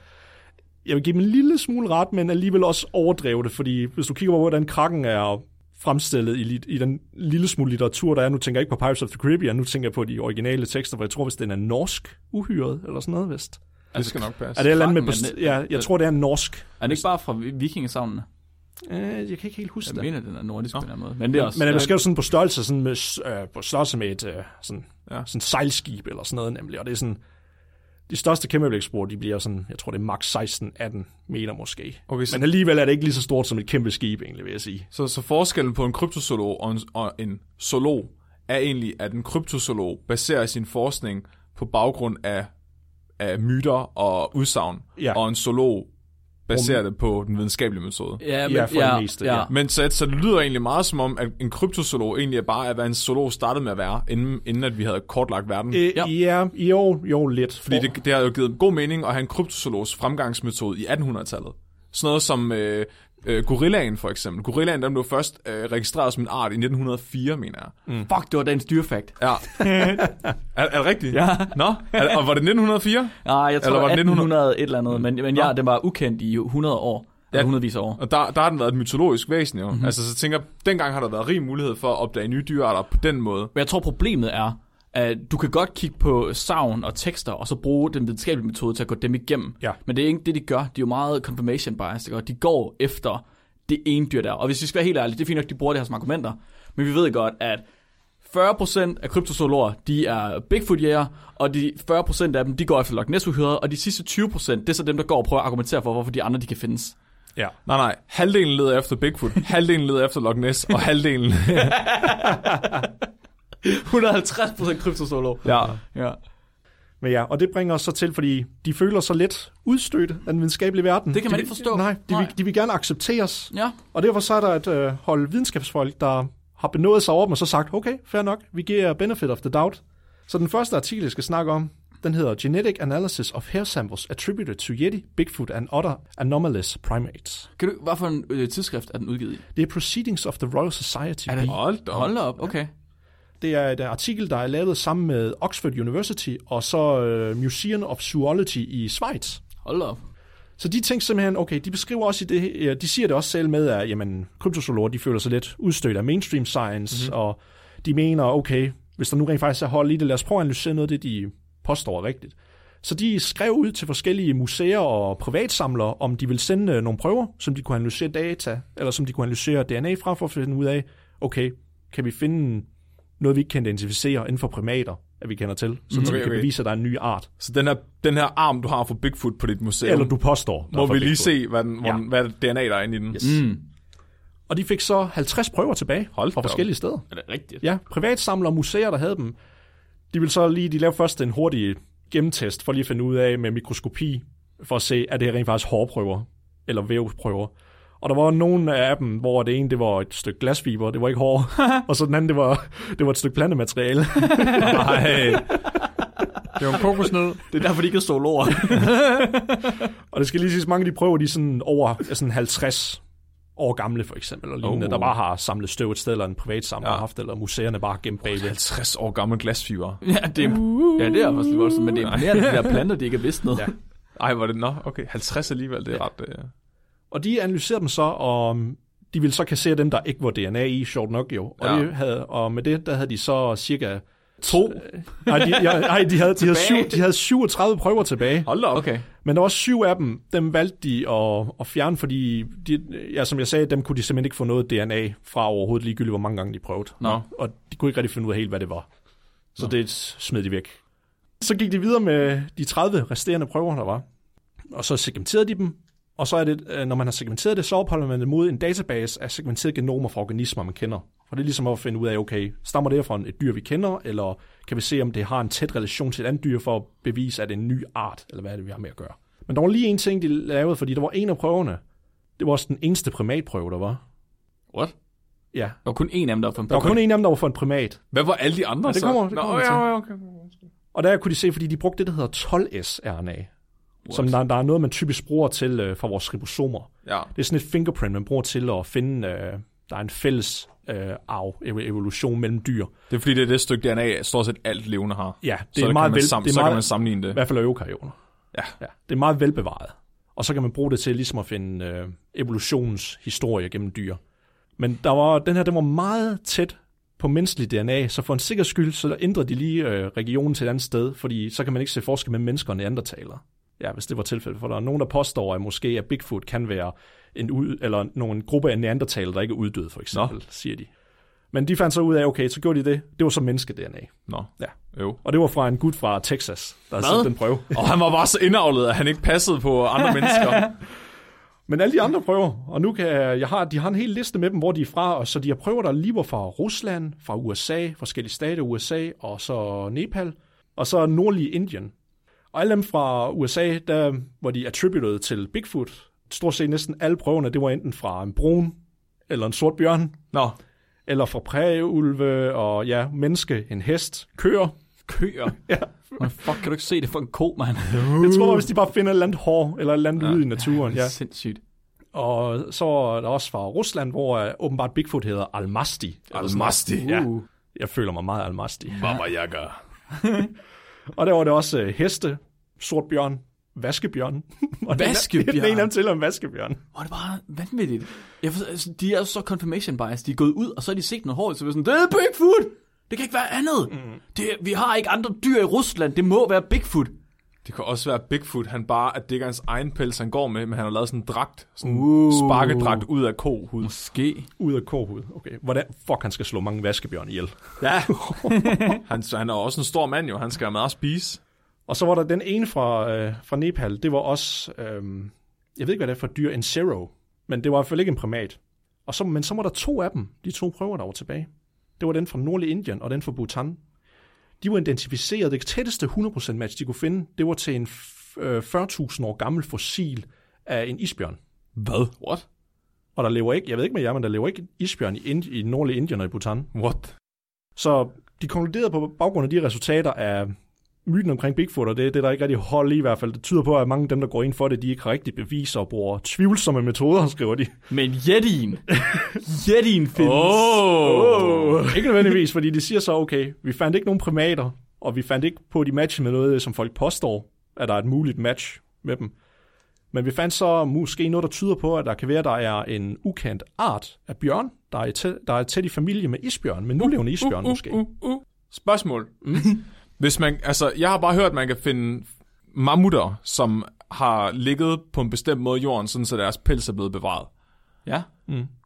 jeg vil give dem en lille smule ret, men alligevel også overdreve det, fordi hvis du kigger på, hvordan krakken er fremstillet i, lit- i den lille smule litteratur, der er, nu tænker jeg ikke på Pirates of the Caribbean, nu tænker jeg på de originale tekster, for jeg tror, hvis den er norsk uhyret, eller sådan noget, vist.
Det skal nok passe.
Er det et eller andet med...
Kraken er
Best-
net-
ja, jeg tror, det er norsk.
Altså, Er det ikke bare fra vi- vikingesavnene?
Øh, jeg kan ikke helt huske
Jeg
det.
mener, den er nordisk på den her måde. Men det er også...
Men er måske jo sådan på størrelse, sådan med, s- øh, på størrelse med et øh, sådan,
Ja.
ja. sådan sejlskib eller sådan noget nemlig. Og det er sådan, de største kæmpevægtsbrug, de bliver sådan, jeg tror det er max 16-18 meter måske.
Okay, så-
Men alligevel er det ikke lige så stort som et kæmpe skib egentlig, vil jeg sige.
Så, så forskellen på en kryptozoolog og en, og en zoolog er egentlig, at en kryptozoolog baserer sin forskning på baggrund af, af myter og udsagn,
Ja.
og en zoolog baserer det på den videnskabelige metode.
Ja, men,
Ja, for det meste, ja.
Men så, så det lyder egentlig meget som om, at en kryptozoolog egentlig er bare, at hvad en zoolog startede med at være, inden, inden at vi havde kortlagt verden.
Øh,
Ja.
ja. ja, jo, jo lidt.
Fordi det, det har jo givet god mening at have en kryptozoologs fremgangsmetode i 1800-tallet. Sådan noget som øh, øh, gorillaen for eksempel. Gorillaen den blev først øh, registreret som en art i 1904, mener jeg.
Mm.
Fuck, det var dagens dyrefakt. Ah,
Ja. er, er det rigtigt?
Ja.
Nå, er, og var det 1904?
Nej, jeg tror,
Eller
Eller
var
var
det
1800 et eller andet, men, men ja, den var ukendt i 100 år. Ja. 100 år.
Og der, der har den været et mytologisk væsen jo. Mm-hmm. Altså, så tænker jeg, dengang har der været rig mulighed for at opdage nye dyrearter på den måde.
Men jeg tror, problemet er, at du kan godt kigge på savn og tekster, og så bruge den videnskabelige metode til at gå dem igennem.
Ja.
Men det er ikke det, de gør. De er jo meget confirmation bias. Det gør. De går efter det ene dyr der. Og hvis vi skal være helt ærlige, det er fint nok, de bruger det her som argumenter. Men vi ved godt, at 40% af kryptozoologer, de er Bigfoot-jæger, og de 40% af dem, de går efter Loch ness og de sidste 20%, det er så dem, der går og prøver at argumentere for, hvorfor de andre, de kan findes.
Ja.
Nej, nej. Halvdelen leder efter Bigfoot, halvdelen leder efter Loch Ness, og halvdelen...
150% kryptozoolog.
ja.
Ja.
Men ja, og det bringer os så til, fordi de føler sig lidt udstødt af den videnskabelige verden.
Det kan man
de,
ikke forstå.
Nej, de,
Nej.
Vil, de vil gerne accepteres.
Ja.
Og derfor så er der et øh, hold videnskabsfolk, der har benået sig over dem og så sagt, okay, fair nok, vi giver jer benefit of the doubt. Så den første artikel, jeg skal snakke om, den hedder Genetic Analysis of Hair Samples Attributed to Yeti, Bigfoot and Other Anomalous Primates.
Kan du, hvad for en øh, tidsskrift er den udgivet i?
Det er Proceedings of the Royal Society.
Er det-
Hold da.
Hold da op, okay.
Det er et øh, artikel, der er lavet sammen med Oxford University og så øh, Museum of Zoology i Schweiz.
Hold da op.
Så de tænkte simpelthen, okay, de beskriver også i det, her- de siger det også selv med, at jamen, kryptozoologer, de føler sig lidt udstødt af mainstream science,
Mhm.
mm-hmm. og de mener, okay, hvis der nu rent faktisk er hold i det, lad os prøve at analysere noget af det, de påstår er rigtigt. Så de skrev ud til forskellige museer og privatsamlere, om de ville sende øh, nogle prøver, som de kunne analysere data, eller som de kunne analysere DNA fra, for at finde ud af, okay, kan vi finde noget, vi ikke kan identificere inden for primater, at vi kender til, så mm-hmm. vi
Mhm. Okay,
kan
okay.
bevise, at der er en ny art.
Så den her, den her arm, du har for Bigfoot på dit museum,
Eller du påstår. der er
må
fra
vi lige
Bigfoot.
se, hvad, den, hvor den, hvad DNA der er inde i den. Yes.
Mm.
Og de fik så 50 prøver tilbage
Hold
Hold
da
fra
op.
forskellige steder.
Er det rigtigt?
Ja, privatsamlere og museer, der havde dem, de ville så lige, de lavede først en hurtig gennemtest, for lige at finde ud af med mikroskopi, for at se, er det her rent faktisk hårprøver, eller vævprøver. Og der var nogle af dem, hvor det ene, det var et stykke glasfiber, det var ikke hår, og så den anden, det var, det var et stykke plantemateriale.
Nej. Det var en kokosnød.
Det er derfor, de ikke er zoologer.
Og det skal lige siges, mange af de prøver, de er sådan over er sådan 50 år gamle for eksempel, og
Oh.
lignende, oh. der bare har samlet støv et sted, eller en privatsamler
Ja.
ja. har haft, eller museerne bare har gemt bagved.
60 år gammel glasfiber.
ja, det er, ja, det er faktisk lidt voldsomt, men det er imponerende, de der planter, de ikke har vidst noget. Ja.
Ej, var det... Nå, okay. 50 alligevel, det er ret... Øh...
Og de analyserede dem så, og de ville så kassere dem, der ikke var DNA i, sjovt nok jo. Og,
Ja.
ja. de havde, og med det, der havde de så cirka...
To.
Nej, de, ja, nej, de, havde, de, havde, syv,
Tilbage.
de havde 37 prøver tilbage.
Hold da op.
Okay.
Men der var syv af dem, dem valgte de at, at fjerne, fordi, de, ja, som jeg sagde, dem kunne de simpelthen ikke få noget DNA fra overhovedet, ligegyldigt hvor mange gange de prøvede.
Nå.
Og de kunne ikke rigtig finde ud af helt, hvad det var. Så det smed de væk. Så gik de videre med de 30 resterende prøver, der var. Og så segmenterede de dem. Og så er det, øh, når man har segmenteret det, så opholder man det mod en database af segmenterede genomer fra organismer, man kender. Og det er ligesom at finde ud af, okay, stammer det her fra en- et dyr, vi kender, eller kan vi se, om det har en tæt relation til et andet dyr for at bevise, at det er en ny art, eller hvad er det, vi har med at gøre. Men der var lige en ting, de lavede, fordi der var en af prøverne. Det var også den eneste primatprøve, der var.
What?
Ja.
Der var kun én af dem, der var for en
Der var kun en af dem, der var for en primat.
Hvad var alle de andre
Ja, det
så?
kommer- det
Nå,
kommer vi
ja,
til.
ja, okay.
Og der kunne de se, fordi de brugte det, der hedder 12S-RNA. som der, der er noget, man typisk bruger til øh, fra vores ribosomer.
Ja.
Det er sådan et fingerprint, man bruger til at finde, øh, der er en fælles øh, arv, ev- evolution mellem dyr.
Det er fordi, det er det stykke DNA, stort set alt levende har.
Ja, det
så
er
der
meget
kan man
vel-
sam-
det er
så
meget-
kan man sammenligne det.
I hvert fald af eukaryoner.
Ja.
ja. Det er meget velbevaret. Og så kan man bruge det til ligesom at finde øh, evolutionshistorie gennem dyr. Men der var, den her, den var meget tæt på menneskelig DNA, så for en sikker skyld, så der ændrede de lige øh, regionen til et andet sted, fordi så kan man ikke se forskel mellem mennesker og neandertalere. Ja, hvis det var tilfældet, for der er nogen, der påstår, at måske at Bigfoot kan være en ud, eller nogen gruppe af neandertalere, der ikke er uddøde, for eksempel, Nå. siger de. Men de fandt så ud af, okay, så gjorde de det. Det var så menneske-DNA.
Nå,
Ja.
jo.
Og det var fra en gut fra Texas, der havde
Hvad?
set den prøve.
Og han var bare så indavlet, at han ikke passede på andre mennesker.
Men alle de andre prøver, og nu kan jeg, jeg har, de har en hel liste med dem, hvor de er fra, og så de har prøver, der lige var fra Rusland, fra USA, forskellige stater i USA, og så Nepal, og så nordlige Indien. Og alle dem fra USA, der, hvor de attributed til Bigfoot, stort set næsten alle prøverne, det var enten fra en brun, eller en sort bjørn,
Nå,
eller fra prægeulve, og ja, menneske, en hest, køer.
Køer. ja. Men fuck, kan du ikke se det for en ko, mand?
Jeg tror, hvis de bare finder et eller andet hår, eller et eller andet ja. lyd i naturen,
Det er
ja.
sindssygt.
Og så er der også fra Rusland, hvor øh, åbenbart Bigfoot hedder Almasti. eller sådan
Almasti.
noget.
Uh.
Ja, jeg føler mig meget Almasti.
Baba Yaga.
Og der var det også øh, heste, sort bjørn, vaskebjørn. og den-
Vaskebjørn?
Den ene af dem til om vaskebjørn.
Hvor er det bare vanvittigt. Jeg forstår, altså, de er jo så confirmation bias. De er gået ud, og så har de set noget hårdt, så er de sådan, det er Bigfoot! Det kan ikke være andet. Mm. Det, vi har ikke andre dyr i Rusland. Det må være Bigfoot.
Det kan også være Bigfoot, han bare, at det ikke er hans egen pels, han går med, men han har lavet sådan en dragt, sådan en uh. sparkedragt ud af kohud.
Måske.
Ud af kohud. Okay, hvordan fuck han skal slå mange vaskebjørn ihjel.
Ja. han, så han er også en stor mand jo, han skal have meget at spise.
Og så var der den ene fra, øh, fra Nepal, det var også, øh, jeg ved ikke, hvad det er for et dyr, en zero. Men det var i hvert fald ikke en primat. Og så, men så var der to af dem, de to prøver, der var tilbage. Det var den fra nordlig Indien og den fra Bhutan. De var identificeret, det tætteste 100% match, de kunne finde, det var til en f- øh, 40.000 år gammel fossil af en isbjørn.
Hvad? What?
Og der lever ikke, jeg ved ikke med jer, men der lever ikke en isbjørn i, Ind- i nordlig Indien og i Bhutan.
What?
Så de konkluderede på baggrund af de resultater af myten omkring Bigfoot, og det, det er der ikke rigtig hold i i hvert fald. Det tyder på, at mange af dem, der går ind for det, de ikke har rigtig beviser og bruger tvivlsomme metoder, skriver de.
Men Yettien. Yettien findes.
Oh.
ikke nødvendigvis, fordi de siger så, okay, vi fandt ikke nogen primater, og vi fandt ikke på de match med noget, som folk påstår, at der er et muligt match med dem. Men vi fandt så måske noget, der tyder på, at der kan være, at der er en ukendt art af bjørn, der er, tæt, der er tæt i familie med isbjørn, men nulevende isbjørn
uh,
måske.
Uh, uh. Spørgsmål. Hvis man, altså, jeg har bare hørt, at man kan finde mammutter, som har ligget på en bestemt måde i jorden, sådan så deres pels er blevet bevaret.
Ja.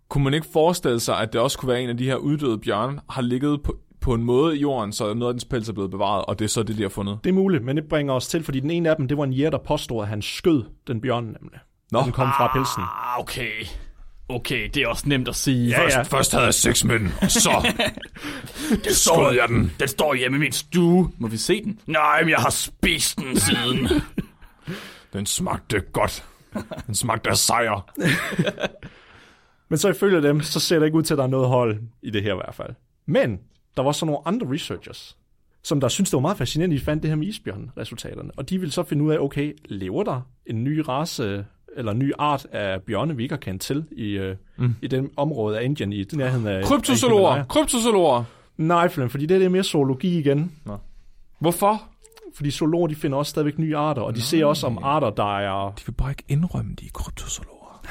Kunne man ikke forestille sig, at det også kunne være en af de her uddøde bjørne, har ligget på, på en måde i jorden, så noget af dens pels er blevet bevaret, og det er så det, de har fundet?
Det er muligt, men det bringer os til, fordi den ene af dem, det var en jæger, der påstod, at han skød den bjørn nemlig. Nå. Den kom fra pelsen.
Ah, okay. Okay, det er også nemt at sige.
ja.
først havde jeg seks mænd, og så
det
skød jeg den.
Den står hjemme i min stue. Må vi se den? Nej, men jeg har spist den siden.
Den smagte godt. Den smagte af sejr.
Men så ifølge dem, så ser det ikke ud til, at der er noget hold i det her i hvert fald. Men der var så nogle andre researchers, som der synes det var meget fascinerende, at de fandt det her med isbjørn-resultaterne. Og de ville så finde ud af, okay, lever der en ny race eller en ny art af bjørne, vi ikke har kendt til i, mm. i den område af Indien, i nærheden af... af
Kryptozoologer, kryptozoologer.
Himalaya. Nej, Flem, fordi det, her, det er mere zoologi igen.
Hvorfor?
Fordi zoologer, de finder også stadigvæk nye arter, og de ser også om arter, der er
De vil bare ikke indrømme, de er kryptozoologer.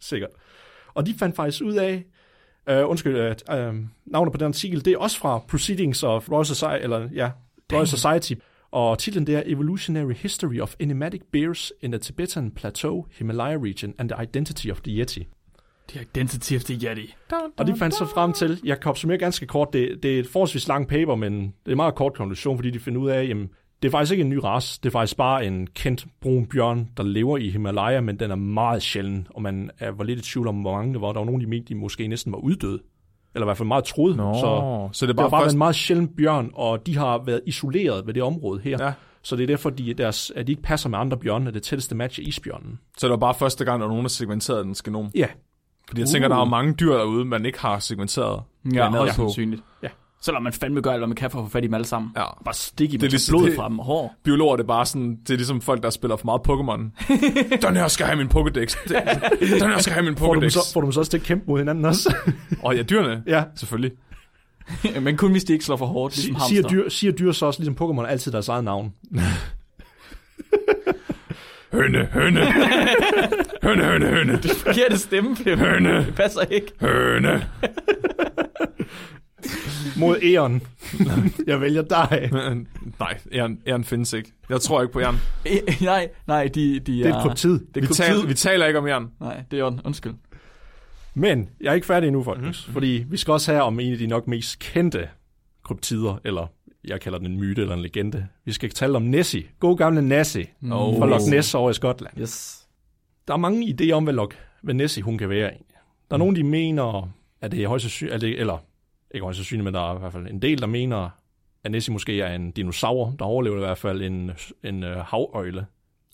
sikkert. Og de fandt faktisk ud af, øh, undskyld, øh, øh, navnet på den artikel, det er også fra Proceedings of Royal Society, eller, ja, Royal Society, og titlen det er Evolutionary History of Enigmatic Bears in the Tibetan Plateau, Himalaya Region and the Identity of the Yeti.
The Identity of the Yeti.
Og de fandt så frem til, jeg kan opsummere ganske kort, det, det er et forholdsvis langt paper, men det er en meget kort konklusion, fordi de finder ud af, jamen, det er faktisk ikke en ny race, det er faktisk bare en kendt brun bjørn, der lever i Himalaya, men den er meget sjælden, og man er, var lidt i tvivl om, hvor mange der var. Der var nogle, de mente, de måske næsten var uddøde, eller i hvert fald meget troede.
Nå, så, så det er
det
bare,
har bare
først...
været en meget sjælden bjørn, og de har været isoleret ved det område her.
Ja.
Så det er derfor, de, deres, at de ikke passer med andre bjørne, det tætteste match er isbjørnen.
Så det var bare første gang, der var nogen, der segmenterede dens genom.
Ja,
Fordi jeg tænker, der er jo mange dyr derude, man ikke har segmenteret.
Ja,
DNA
højst
Uh. på.
sandsynligt.
Ja.
Selvom man fandme gør alt, hvad man kan for at få fat i dem alle sammen.
Ja.
Bare stikke dem,
Det er
det
ligesom-
blod
det-
fra dem og hår.
Biologer, det er bare sådan, det er ligesom folk, der spiller for meget Pokémon. Den her skal have min Pokédex. Den her skal have min
Får du, dem
Pokédex.
så, får du dem så også til at kæmpe mod hinanden også?
Og ja, dyrene.
ja.
Selvfølgelig.
Men kun hvis de ikke slår for hårdt, ligesom
Si-
hamster.
Siger dyr, siger dyr så også, ligesom Pokémon, altid deres eget navn?
Høne, høne. høne, høne, høne.
forkerte stemme, Pim.
Høne.
Det passer ikke.
Høne.
Mod Eon. jeg vælger dig.
Nej, æren, æren findes ikke. Jeg tror ikke på æren.
E- nej, nej, de, de
Det er på tid.
Det
Vi,
er
tal,
kryptid.
vi taler ikke om æren.
Nej, det er ondt. Undskyld.
Men jeg er ikke færdig endnu, folkens. Mm-hmm. Fordi vi skal også have om en af de nok mest kendte kryptider, eller jeg kalder den en myte eller en legende. Vi skal tale om Nessie. God gamle Nessie
Oh.
fra Loch Ness over i Skotland.
Yes.
Der er mange idéer om, hvad, Loch, hvad Nessie hun kan være. egentlig. Der er
Mm.
nogen, de mener, at det er højst sandsynligt, eller, eller ikke højst sandsynligt, men der er i hvert fald en del, der mener, at Nessie måske er en dinosaur, der overlevede i hvert fald en, en øh, havøgle.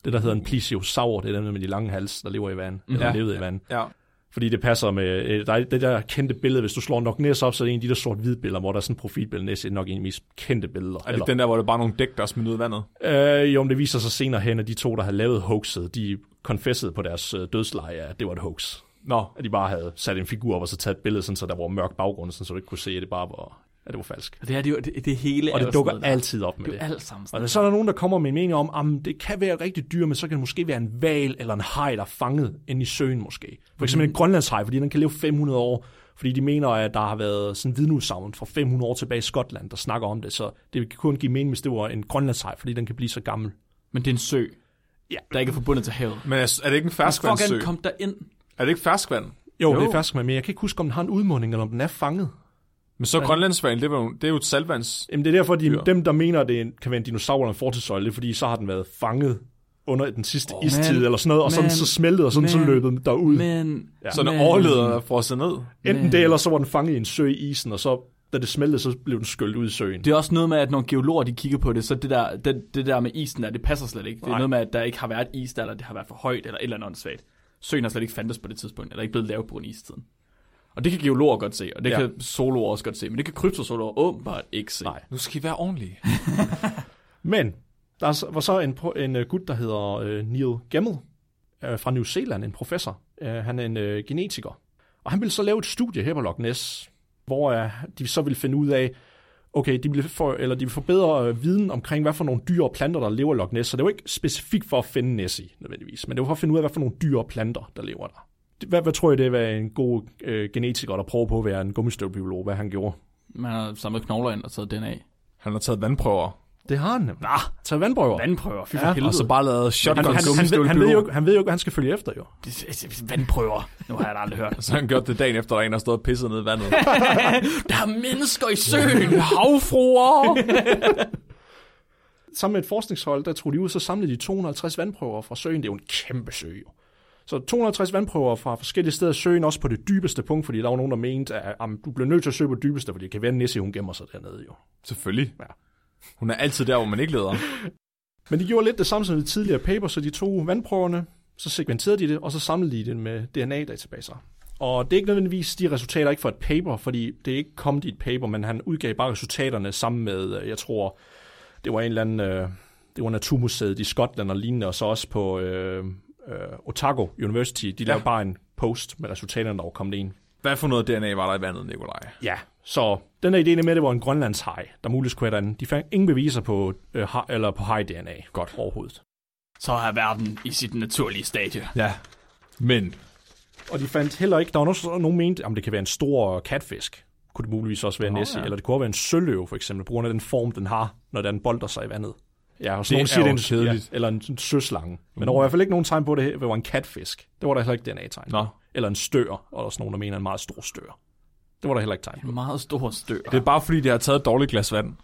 Det, der hedder en plesiosaur, det er den med de lange hals, der lever i vand, eller
Ja.
levede i vand.
Ja.
Fordi det passer med, øh, der er det der kendte billede, hvis du slår nok næs op, så er det en af de der sort-hvide billeder, hvor der er sådan en profilbillede næs, er nok en af de mest kendte billeder.
Er det den der, hvor det er bare nogle dæk, der er smidt ud i vandet?
Øh, jo, men det viser sig senere hen, at de to, der havde lavet hoaxet, de confessede på deres øh, dødsleje, at det var et hoax.
Nå,
At de bare havde sat en figur op og så taget et billede, sådan, så der var mørk baggrund, sådan, så du ikke kunne se, at det bare var, at det var falsk.
Og det her, det, er jo- det, det hele er
Og det
jo
dukker
sådan noget,
altid op med
der- Det
det.
er jo alt sammen sådan
Og så er der nogen, der kommer med en mening om, at det kan være rigtig dyr, men så kan det måske være en val eller en haj, der er fanget inde i søen måske. For eksempel en grønlandshaj, fordi den kan leve 500 år, fordi de mener, at der har været sådan vidneudsagn fra 500 år tilbage i Skotland, der snakker om det, så det kan kun give mening, hvis det var en grønlandshaj, fordi den kan blive så gammel.
Men det er en sø,
Ja.
der ikke er forbundet til havet.
men er, er det ikke en ferskvandssø?
Fucking kom der ind.
Er det ikke ferskvand?
Jo, jo. det er fersk, men jeg kan ikke huske, om den har en udmunding, eller om den er fanget.
Men så grønlandsvalen, det er jo, det er jo et saltvands...
Jamen, det er derfor, de,
Dyr.
dem, der mener, at det er en- kan være en dinosaur eller en fortidssøjle, det er, fordi så har den været fanget under den sidste oh, istid
man.
eller sådan noget, og sådan
Man.
så smeltet, og sådan så
Man.
løbet den derud.
Men...
Ja.
Så den
men,
overleder der frosset ned.
Enten det, eller så var den fanget i en sø i isen, og så, da det smeltede, så blev den skyllet ud i søen.
Det er også noget med, at når geologer de kigger på det, så det der, det, det der med isen der, det passer slet ikke. Det er
Nej.
noget med, at der ikke har været is der, eller det har været for højt, eller et eller andet åndssvagt. Søen har slet ikke fandtes på det tidspunkt, eller ikke blevet lavet på grund af istiden. Og det kan geologer godt se, og det
Ja.
ja. kan soloer også godt se, men det kan kryptosoloer åbenbart ikke se.
Nej.
Nu skal I være ordentlige.
Men der er så- var så en, pro- en uh, gut, der hedder uh, Neil Gemmell uh, fra New Zealand, en professor. Uh, han er en uh, genetiker. Og han ville så lave et studie her på Loch Ness, hvor uh, de så ville finde ud af, okay, de ville, for, eller de ville forbedre uh, viden omkring, hvad for nogle dyr og planter, der lever i Loch Ness. Så det var ikke specifikt for at finde Nessie, nødvendigvis, men det var for at finde ud af, hvad for nogle dyr og planter, der lever der. Det- Hvad, hvad tror I, det var en god øh, genetiker, der prøver på at være en gummistøvbiolog, hvad han gjorde?
Man har samlet knogler ind og taget den af.
Han har taget vandprøver.
Det har han nemlig. Nah, tag vandprøver.
Vandprøver, fy for
Ja.
helvede.
Og så bare lavet
han,
shotgun
han, han, ved, han, ved jo, ikke- han ved jo ikke, hvad han skal følge efter, jo.
vandprøver. Nu har jeg da aldrig hørt.
Så han gjort det dagen efter, der er en, der stod og pissede ned i vandet.
Der er mennesker i søen, havfruer.
Sammen med et forskningshold, der tog de ud, så samlede de 250 vandprøver fra søen. Det er jo en kæmpe sø, jo. Så 250 vandprøver fra forskellige steder i søen, også på det dybeste punkt, fordi der var nogen, der mente, at jamen, du bliver nødt til at søge på det dybeste, fordi det kan være, at Nisse, hun gemmer sig dernede, jo.
Selvfølgelig.
Ja.
Hun er altid der, hvor man ikke leder.
Men de gjorde lidt det samme som i de tidligere paper, så de tog vandprøverne, så segmenterede de det, og så samlede de det med DNA-databaser. Og det er ikke nødvendigvis de resultater ikke fra et paper, fordi det er ikke kommet i et paper, men han udgav bare resultaterne sammen med, øh, jeg tror, det var en eller anden, øh, det var Naturmuseet i Skotland og lignende, og så også på øh, øh, Otago University. De lavede bare en post med resultaterne, der var kommet ind.
Hvad for noget DNA var der i vandet, Nikolaj?
Ja, så den her idé med, at det var en grønlandshaj, der muligvis kunne være derinde. De fandt ingen beviser på, øh, har- eller på haj-DNA Godt. overhovedet.
Så er verden i sit naturlige stadie.
Ja. Men
Og de fandt heller ikke, der var også nogen, der mente, om det kan være en stor katfisk. Kunne det muligvis også være en næsse, ja. eller det kunne også være en søløve for eksempel, på grund af den form, den har, når den bolder sig i vandet. Ja, og så
Det
nogen
er
siger,
jo
det er en,
kedeligt.
Ja, eller en, en søslange. Men der var i hvert fald ikke nogen tegn på at det, her var en katfisk. Det var der heller ikke DNA-tegn.
Nå.
Eller en stør, og der er også nogen, der mener en meget stor stør. Det var der heller ikke tegn på.
Meget stor stør.
det er bare fordi, de har taget et dårligt glas vand.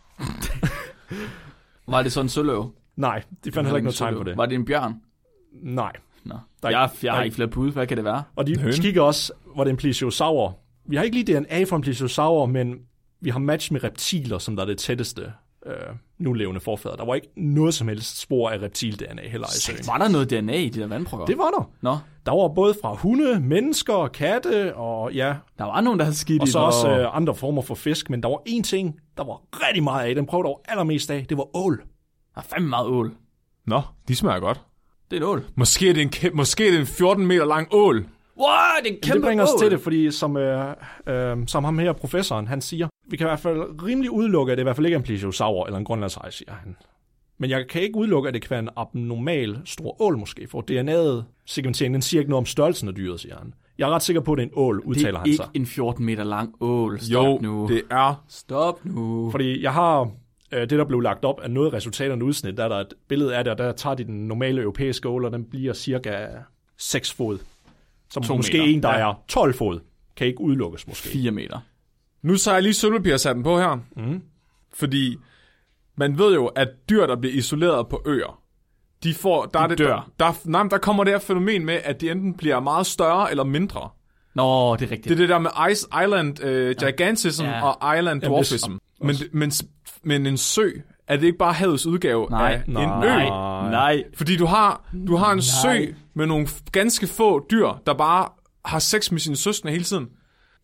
Var det sådan en søløv?
Nej, de fandt heller ikke noget tegn på det.
Var det en bjørn?
Nej.
Nå.
Der er
jeg,
ikke-
jeg
der er
har
ikke-
ikke flere bud. Hvad kan det være?
Og de
Høne.
kigger også, hvor det er en plesiosaur. Vi har ikke lige DNA fra en plesiosaur, men vi har match med reptiler, som der er det tætteste. øh, nu levende forfader. Der var ikke noget som helst spor af reptil-DNA heller i søen.
Var der noget DNA i de der vandprøver?
Det var der.
Nå,
Der var både fra hunde, mennesker, katte og ja,
der var nogen, der havde skidt
og
i
så
det,
også øh, andre former for fisk. Men der var én ting, der var rigtig meget af. Den prøvede jeg allermest af. Det var ål.
Der er fandme meget ål.
Nå, de smager godt.
Det er et ål.
Måske er det en, kæm- måske er det en 14 meter lang ål.
Wow, det er en kæmpe
det bringer os
ål.
til det, fordi som, øh, øh, som ham her, professoren, han siger, vi kan i hvert fald rimelig udelukke, at det i hvert fald ikke er en plesiosaur eller en grønlandshej, siger han. Men jeg kan ikke udelukke, at det kan være en abnormal stor ål måske, for DNA'et segmenteringen den siger ikke noget om størrelsen af dyret, siger han. Jeg er ret sikker på, at det er en ål,
Det
udtaler
er
han
ikke
sig.
en 14 meter lang ål. Stop
Jo,
nu.
det er.
Stop nu.
Fordi jeg har øh, det, der blev lagt op af noget af resultaterne udsnit, der er der et billede af det, og der tager de den normale europæiske ål, og den bliver cirka 6 fod. Som
To
måske
meter,
en, der
ja.
er 12 fod. Kan ikke udelukkes måske.
4 meter.
Nu tager jeg lige sølvpapirshatten på her. Mm. Fordi man ved jo, at dyr, der bliver isoleret på øer, de får... Der de er det,
dør.
Der, der, nej, men der kommer det her fænomen med, at de enten bliver meget større eller mindre.
Nå, det er rigtigt.
Det er det der med Ice Island øh, Gigantism
Ja.
ja. og Island Dwarfism. Men, men, men en sø, er det ikke bare havets udgave
Nej,
af
nej,
en ø?
nej, nej.
Fordi du har, du har en Nej. sø med nogle ganske få dyr, der bare har sex med sine søstre hele tiden.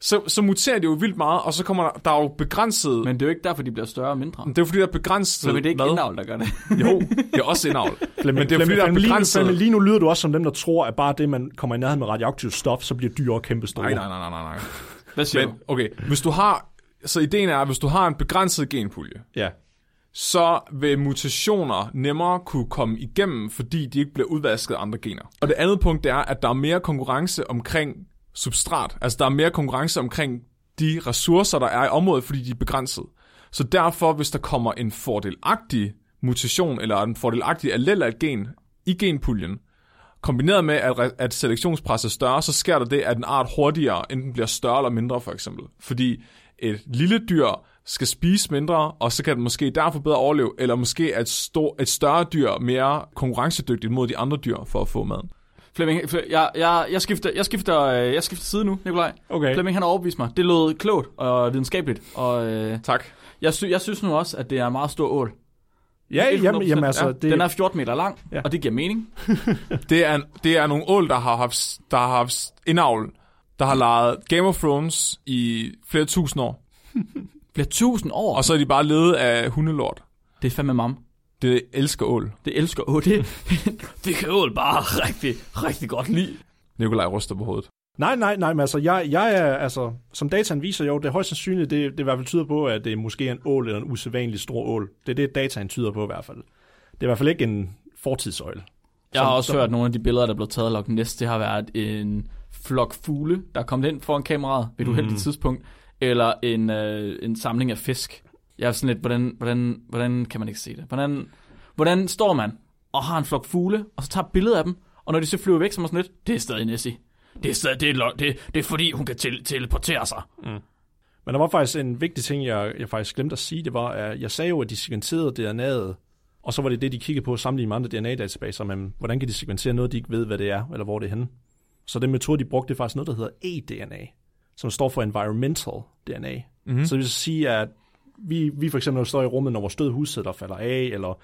Så, så muterer det jo vildt meget, og så kommer der, der er jo begrænset... Men,
Men det er jo ikke derfor, de bliver større og mindre.
det er jo fordi, der er begrænset...
Så vil det ikke
mad.
indavl, der gør det.
Jo, det er også indavl.
Flemming,
men det er fordi, der er
Flemming, lige, nu- Flemming,
begrænset...
lige nu lyder du også som dem, der tror, at bare det, man kommer i nærheden med radioaktivt stof, så bliver dyr og kæmpe store.
Nej, nej, nej, nej, nej, nej.
Hvad siger
Men
du?
okay, hvis du har... Så ideen er, at hvis du har en begrænset genpulje,
Ja.
så vil mutationer nemmere kunne komme igennem, fordi de ikke bliver udvasket af andre gener. Og det andet punkt det er, at der er mere konkurrence omkring substrat. Altså der er mere konkurrence omkring de ressourcer, der er i området, fordi de er begrænset. Så derfor, hvis der kommer en fordelagtig mutation, eller en fordelagtig allel af et gen i genpuljen, kombineret med, at, re- at selektionspresset er større, så sker der det, at en art hurtigere enten bliver større eller mindre, for eksempel. Fordi et lille dyr skal spise mindre, og så kan det måske derfor bedre overleve, eller måske er et, stor, et større dyr mere konkurrencedygtigt mod de andre dyr for at få maden.
Flemming, Fle- jeg, jeg, jeg, skifter, jeg, skifter, øh, jeg skifter side nu, Nikolaj.
Okay.
Flemming, han har overbevist mig. Det lød klogt og videnskabeligt. Og øh,
Tak.
jeg, sy- jeg synes nu også, at det er en meget stor ål.
Ja, jamen,
100%,
jamen altså,
ja.
det,
Den er 14 meter lang, ja.
Ja.
og det giver mening.
Det er, det er nogle ål, der har haft, der har haft indavl, der har lejet Game of Thrones i flere tusind år,
Bliver 1000 år.
og så er de bare ledet af hundelort.
Det er fandme mam.
Det elsker ål.
Det elsker ål. Det, det kan ål bare rigtig, rigtig godt lide.
Nikolaj ryster på hovedet.
Nej, nej, nej, men altså, jeg, jeg er, altså, som dataen viser jo, det er højst sandsynligt, det, det i hvert fald tyder på, at det er måske en ål eller en usædvanlig stor ål. Det er det, dataen tyder på i hvert fald. Det er i hvert fald ikke en fortidsøjle.
Jeg har også
som-
hørt nogle af de billeder, der blev taget af Loch Ness. Det har været en flok fugle, der er kommet ind foran kameraet ved et
Mm.
uheldigt tidspunkt. Eller en, øh, en samling af fisk. Jeg er sådan lidt, hvordan, hvordan, hvordan kan man ikke se det? Hvordan, hvordan står man og har en flok fugle, og så tager billeder af dem, og når de så flyver væk, så er man sådan lidt, det er stadig Nessie. Det er, stadig, det, er, lo- det, det er fordi, hun kan tel- teleportere sig.
Men der var faktisk en vigtig ting, jeg, jeg faktisk glemte at sige, det var, at jeg sagde jo, at de segmenterede DNA'et, og så var det det, de kiggede på sammenlignet med andre DNA-databaser, men hvordan kan de segmentere noget, de ikke ved, hvad det er, eller hvor det er henne? Så den metode, de brugte, det er faktisk noget, der hedder eDNA, som står for Environmental DNA. Mm-hmm. Så det vil sige, at vi, vi for eksempel står i rummet, når vores døde hussætter falder af, eller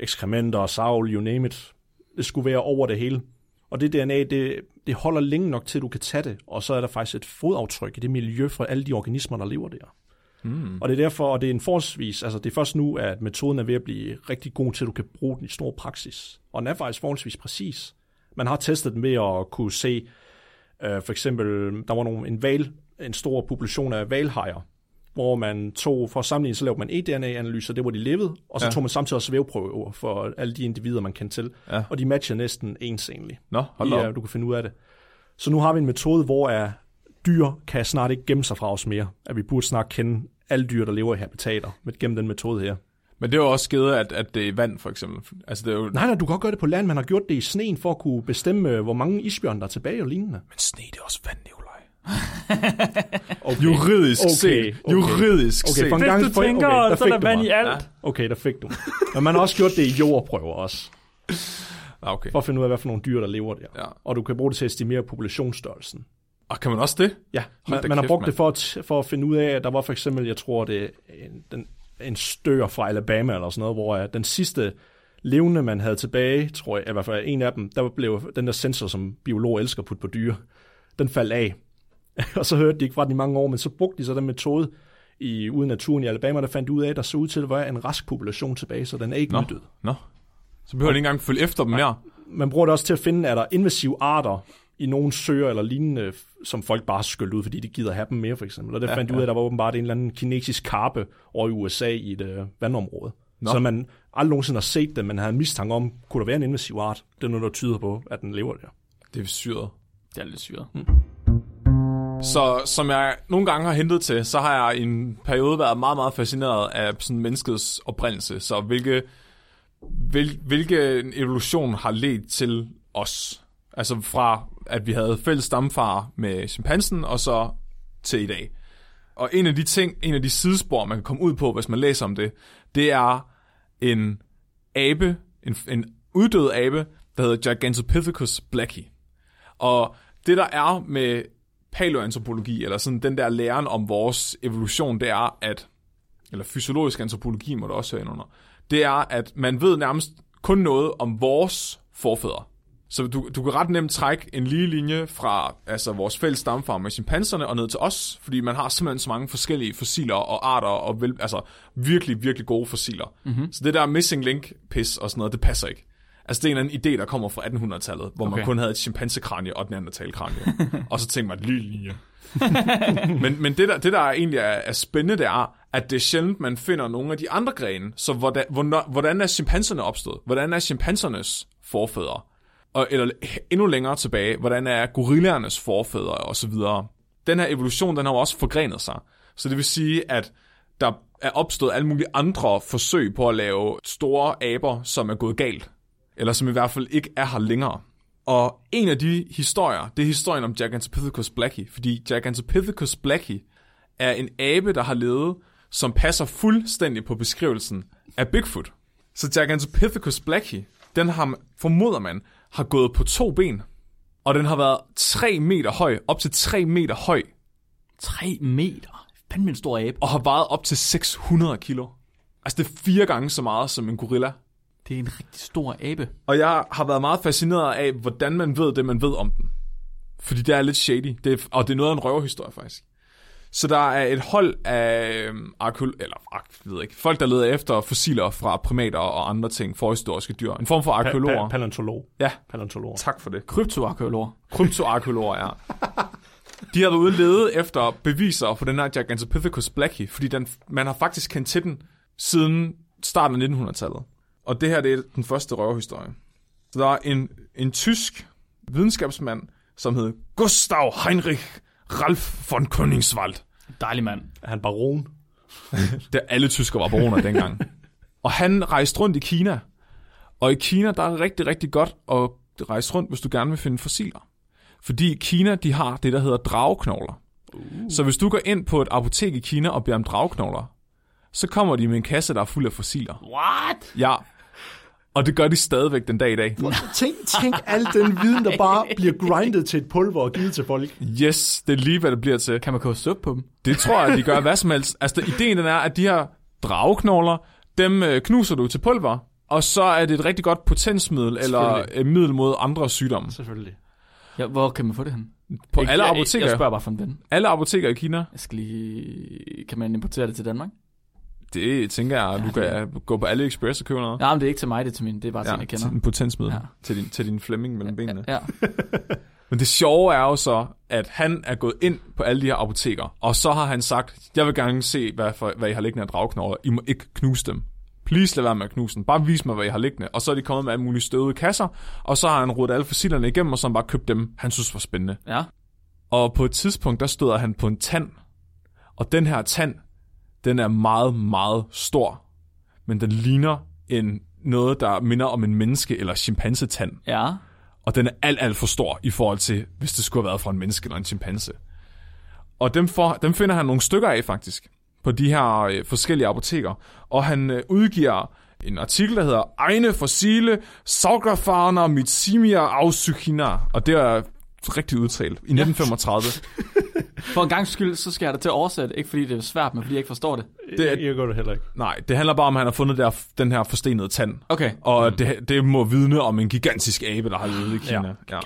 ekskrementer, savl, you name it. Det skulle være over det hele. Og det DNA, det, det holder længe nok til, at du kan tage det, og så er der faktisk et fodaftryk i det miljø fra alle de organismer, der lever der. Mm. Og det er derfor, og det er en forholdsvis, altså det er først nu, at metoden er ved at blive rigtig god til, at du kan bruge den i stor praksis. Og den er faktisk forholdsvis præcis. Man har testet den ved at kunne se, øh, for eksempel, der var nogle, en, val, en stor population af valhajer, hvor man tog, for at sammenligne, så lavede man eDNA-analyser, det var de levede, og så ja. tog man samtidig også svævprøver for alle de individer, man kendte til, ja. og de matcher næsten ens egentlig
Nå, hold da op.
ja, du kan finde ud af det. Så nu har vi en metode, hvor er dyr kan snart ikke gemme sig fra os mere. At vi burde snart kende alle dyr, der lever i habitater, med gennem den metode her.
Men det er jo også skede, at, at det er vand, for eksempel. Altså, det er jo...
Nej, nej, du kan godt gøre det på land. Man har gjort det i sneen for at kunne bestemme, øh, hvor mange isbjørn der er tilbage og lignende.
Men sne, det er også vand, Nikolaj. okay. Juridisk
Okay,
set.
okay.
Juridisk
Okay,
set.
for en gang for, okay, der fik du mig.
alt.
Okay, der fik du. mig. Men man har også gjort det i jordprøver også,
Ah, okay.
for at finde ud af, hvad for nogle dyr, der lever der.
Ja.
Og du kan bruge det til at estimere populationsstørrelsen.
Og kan man også det?
Ja,
Hold
man,
da
man har
kæft,
brugt det
mand.
for at, for at finde ud af, at der var for eksempel, jeg tror det er en- den en stør fra Alabama eller sådan noget, hvor øh, den sidste levende, man havde tilbage, tror jeg, i hvert fald en af dem, der blev den der sensor, som biologer elsker at putte på dyr, den faldt af. og så hørte de ikke fra den i mange år, men så brugte de så den metode i, ude i naturen i Alabama, der fandt ud af, at der så ud til at være en rask population tilbage, så den er ikke
Nå.
uddød.
Nå. Så behøver de ikke engang følge efter dem mere.
Man bruger det også til at finde, er der invasive arter i nogle søer eller lignende, f- som folk bare har skyllet ud, fordi de gider have dem mere, for eksempel. Og det fandt de ud af, at der var åbenbart en eller anden kinesisk karpe over i USA i et øh, vandområde.
Nå.
Nå. Så man aldrig nogensinde har set det, men havde mistanke om, kunne der være en invasiv art? Det er noget, der tyder på, at den lever der.
Det er syret.
Det er lidt syret.
Mm.
Så som jeg nogle gange har hentet til, så har jeg i en periode været meget, meget fascineret af sådan menneskets oprindelse. Så hvilke, hvil, hvilke evolution har ledt til os? Altså fra, at vi havde fælles stamfar med chimpansen, og så til i dag. Og en af de ting, en af de sidespor, man kan komme ud på, hvis man læser om det, det er en abe, en, en uddød abe, der hedder Gigantopithecus blackie. Og det der er med paleoantropologi, eller sådan den der læren om vores evolution, det er, at, eller fysiologisk antropologi må det også høre ind under, det er, at man ved nærmest kun noget om vores forfædre. Så du, du kan ret nemt trække en lige linje fra altså vores fælles stamfar med chimpanserne og ned til os, fordi man har simpelthen så mange forskellige fossiler og arter, og vel, altså virkelig, virkelig gode fossiler. Mm-hmm. Så det der missing link-pis og sådan noget, det passer ikke. Altså det er en eller anden idé, der kommer fra 1800-tallet, hvor okay. man
Okay.
kun havde et chimpansekranie og den anden talkranie. og så tænkte man, lige linje. men men det, der, det, der egentlig er, er spændende, det er, at det er sjældent, man finder nogle af de andre grene. Så hvordan, hvordan, hvordan er chimpanserne opstået? Hvordan er chimpansernes forfædre? Og, eller endnu længere tilbage, hvordan er gorillernes forfædre og så videre? Den her evolution, den har jo også forgrenet sig. Så det vil sige, at der er opstået alle mulige andre forsøg på at lave store aber, som er gået galt. Eller som i hvert fald ikke er her længere. Og en af de historier, det er historien om Gigantopithecus blackie, fordi Gigantopithecus blackie er en abe, der har levet, som passer fuldstændig på beskrivelsen af Bigfoot. Så Gigantopithecus blackie, den har, formoder man, har gået på to ben, og den har været 3 meter høj, op til 3 meter høj,
3 meter. Fandme en stor abe.
og har vejet op til 600 kilo. Altså det er fire gange så meget som en gorilla.
Det er en rigtig stor abe.
Og jeg har været meget fascineret af, hvordan man ved det, man ved om den. Fordi det er lidt shady, det er, og det er noget af en røverhistorie faktisk. Så der er et hold af øhm, arkeol- eller ark, jeg ved ikke, folk, der leder efter fossiler fra primater og andre ting, forhistoriske dyr. En form for arkeologer.
Pa- pa- paleontolog.
ja,
Paleontolog.
tak for det.
Kryptoarkeologer.
Kryptoarkeologer, ja. De har været ude lede efter beviser på den her Gigantopithecus blackie, fordi den, man har faktisk kendt til den siden starten af 1900-tallet. Og det her, det er den første røverhistorie. Så der er en, en tysk videnskabsmand, som hed Gustav Heinrich Ralf von Königswald.
Dejlig mand.
Er han baron?
Der alle tysker var baroner dengang. Og han rejste rundt i Kina. Og i Kina, der er det rigtig, rigtig godt at rejse rundt, hvis du gerne vil finde fossiler. Fordi i Kina, de har det, der hedder drageknogler. Uh. Så hvis du går ind på et apotek i Kina og beder om drageknogler, så kommer de med en kasse, der er fuld af fossiler.
What?
Ja. Og det gør de stadigvæk den dag i dag.
Tænk, tænk al den viden, der bare bliver grindet til et pulver og givet til folk.
Yes, det er lige, hvad det bliver til.
Kan man koge suppe på dem?
Det tror jeg, de gør hvad som helst. Altså, ideen den er, at de her drageknogler, dem øh, knuser du til pulver, og så er det et rigtig godt potensmiddel, eller øh, middel mod andre sygdomme.
Selvfølgelig.
Ja, hvor kan man få det hen?
På alle
jeg,
apoteker,
Jeg, jeg spørger bare for en ven.
alle apoteker i Kina,
Jeg skal lige... Kan man importere det til Danmark?
det tænker jeg, du kan gå på AliExpress og købe noget.
Nej, men det er ikke til mig, det er til min. Det er bare ja, til, jeg kender.
til en potensmiddel
Ja.
til, din, til din flemming mellem benene.
Ja.
Men det sjove er jo så, at han er gået ind på alle de her apoteker, og så har han sagt, jeg vil gerne se, hvad, for, hvad I har liggende af dragknogler. I må ikke knuse dem. Please lad være med at knuse dem. Bare vis mig, hvad I har liggende. Og så er de kommet med alle mulige støvede kasser, og så har han rodet alle fossilerne igennem, og så har han bare købt dem, han synes var spændende.
ja.
Og på et tidspunkt, der støder han på en tand. Og den her tand, den er meget, meget stor. Men den ligner en, noget, der minder om en menneske- eller chimpansetand.
Ja.
Og den er alt, alt for stor i forhold til, hvis det skulle have været fra en menneske eller en chimpanse. Og dem, for, dem finder han nogle stykker af faktisk, på de her øh, forskellige apoteker. Og han øh, udgiver en artikel, der hedder Egne fossile saugrafaner mit simia ausychina. Og det er rigtig udtalt i 1935.
For en gang skyld, så skal jeg da til at oversætte. Ikke fordi det er svært, men fordi jeg ikke forstår det.
Det
Det
er-
er, jeg gør det heller ikke.
Nej, det handler bare om, at han har fundet der, den her forstenede tand.
Okay.
Og det, det må vidne om en gigantisk abe, der har levet i Kina. Mm. Ja. Ja.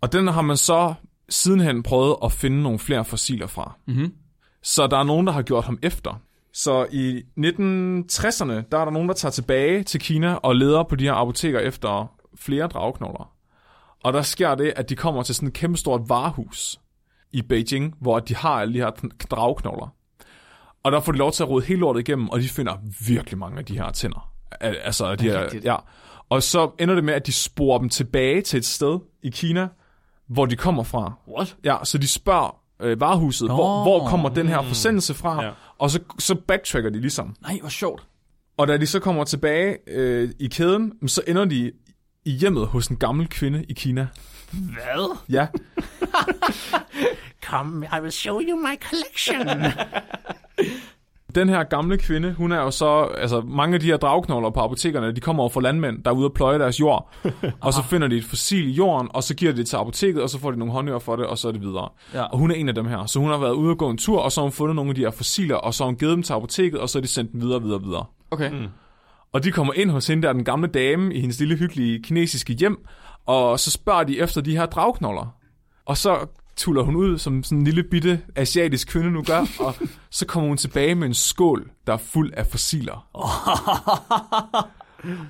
Og den har man så sidenhen prøvet at finde nogle flere fossiler fra.
Mhm.
Så der er nogen, der har gjort ham efter. Så i 1960'erne, der er der nogen, der tager tilbage til Kina og leder på de her apoteker efter flere dragknogler. Og der sker det, at de kommer til sådan et kæmpestort varehus i Beijing, hvor de har alle de her kn- dragknogler. Og der får de lov til at rode hele lortet igennem, og de finder virkelig mange af de her tænder. Al- Altså, de her,
rigtigt?
ja. Og så ender det med, at de sporer dem tilbage til et sted i Kina, hvor de kommer fra.
What?
Ja, så de spørger øh, varehuset,
Nå.
hvor, hvor kommer den her forsendelse fra?
Ja.
Og så, så backtracker de ligesom.
Nej, hvor sjovt.
Og da de så kommer tilbage øh, i kæden, så ender de i hjemmet hos en gammel kvinde i Kina.
Hvad?
Ja,
Come, I will show you my collection.
den her gamle kvinde, hun er jo så... Altså, mange af de her dragknogler på apotekerne, de kommer over fra landmænd, der er ude at pløje deres jord. og så finder de et fossil i jorden, og så giver de det til apoteket, og så får de nogle håndører for det, og så er det videre.
Ja.
Og hun er en af dem her. Så hun har været ude og gå en tur, og så har hun fundet nogle af de her fossiler, og så har hun givet dem til apoteket, og så har de sendt dem videre, videre, videre.
Okay. Mm.
Og de kommer ind hos hende der, den gamle dame, i hendes lille hyggelige kinesiske hjem, og så spørger de efter de her dragknogler. Og så tuller hun ud, som sådan en lille bitte asiatisk kvinde nu gør, og så kommer hun tilbage med en skål, der er fuld af fossiler.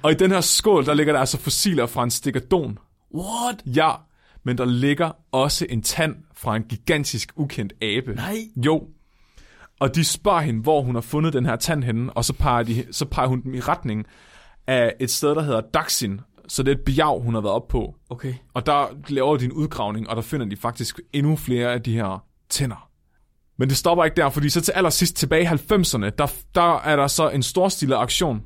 og i den her skål, der ligger der altså fossiler fra en stikadon.
What?
Ja, men der ligger også en tand fra en gigantisk ukendt abe.
Nej.
Jo. Og de spørger hende, hvor hun har fundet den her tand henne, og så peger, de, så peger hun dem i retning af et sted, der hedder Daxin. Så det er et bjerg, hun har været op på.
Okay.
Og der laver de en udgravning, og der finder de faktisk endnu flere af de her tænder. Men det stopper ikke der, fordi så til allersidst tilbage i 90'erne, der, der er der så en storstilet aktion,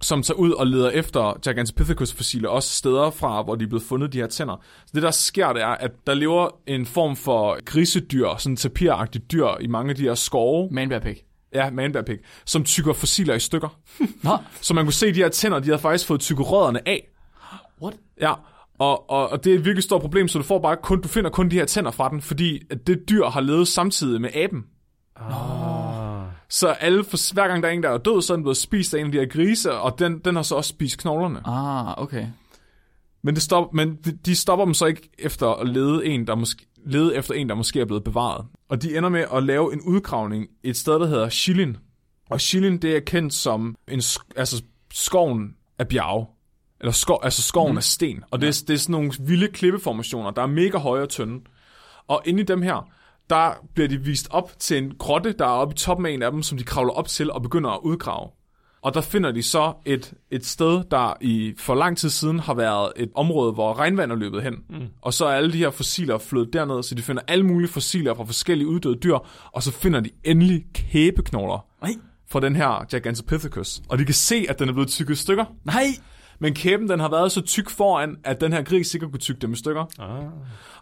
som tager ud og leder efter Gigantopithecus-fossiler, også steder fra, hvor de er blevet fundet de her tænder. Så det, der sker, det er, at der lever en form for grisedyr, sådan tapiragtigt dyr, i mange af de her skove,
Man bear pig.
ja, manbærpik, som tykker fossiler i stykker.
Nå,
Så man kunne se, de her tænder, de havde faktisk fået tykkerødderne af.
what?
Ja, og, og, og det er et virkelig stort problem, så du får bare kun, du finder kun de her tænder fra den, fordi at det dyr har levet samtidig med aben.
Ah.
Oh. Så alle, for, hver gang der er en, der er død, så er den blevet spist af en af de her grise, og den, den har så også spist knoglerne.
Ah, okay.
Men, det stop, men de- de stopper dem så ikke efter at lede, en, der måske, lede efter en, der måske er blevet bevaret. Og de ender med at lave en udgravning et sted, der hedder Shilin. Og Shilin, det er kendt som en, sk- altså skoven af bjerge. Eller sko, altså skoven mm. af sten. Og det, er, det er sådan nogle vilde klippeformationer, der er mega høje og tynde. Og inde i dem her, der bliver de vist op til en grotte, der er oppe i toppen af en af dem, som de kravler op til og begynder at udgrave. Og der finder de så et, et sted, der i for lang tid siden har været et område, hvor regnvand er løbet hen. Mm. Og så er alle de her fossiler flyttet derned, så de finder alle mulige fossiler fra forskellige uddøde dyr, og så finder de endelig kæbeknogler
Nej.
fra den her Gigantopithecus. Og de kan se, at den er blevet tykket i stykker.
Nej.
Men kæben, den har været så tyk foran, at den her gris sikkert kunne tygge dem i stykker. Ah.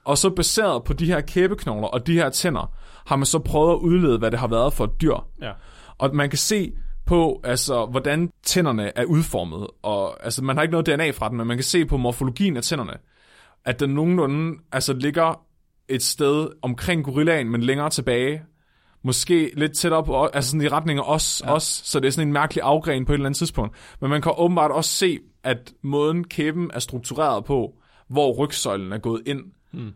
Og så baseret på de her kæbeknogler og de her tænder, har man så prøvet at udlede, hvad det har været for et dyr.
Ja.
Og man kan se på, altså, hvordan tænderne er udformet. Og, altså, man har ikke noget DNA fra den, men man kan se på morfologien af tænderne, at den nogenlunde altså, ligger et sted omkring gorillaen, men længere tilbage. Måske lidt tæt op, og- altså sådan i retning af os, ja. os, så det er sådan en mærkelig afgren på et eller andet tidspunkt. Men man kan åbenbart også se, at måden kæben er struktureret på, hvor rygsøjlen er gået ind hmm. Uh,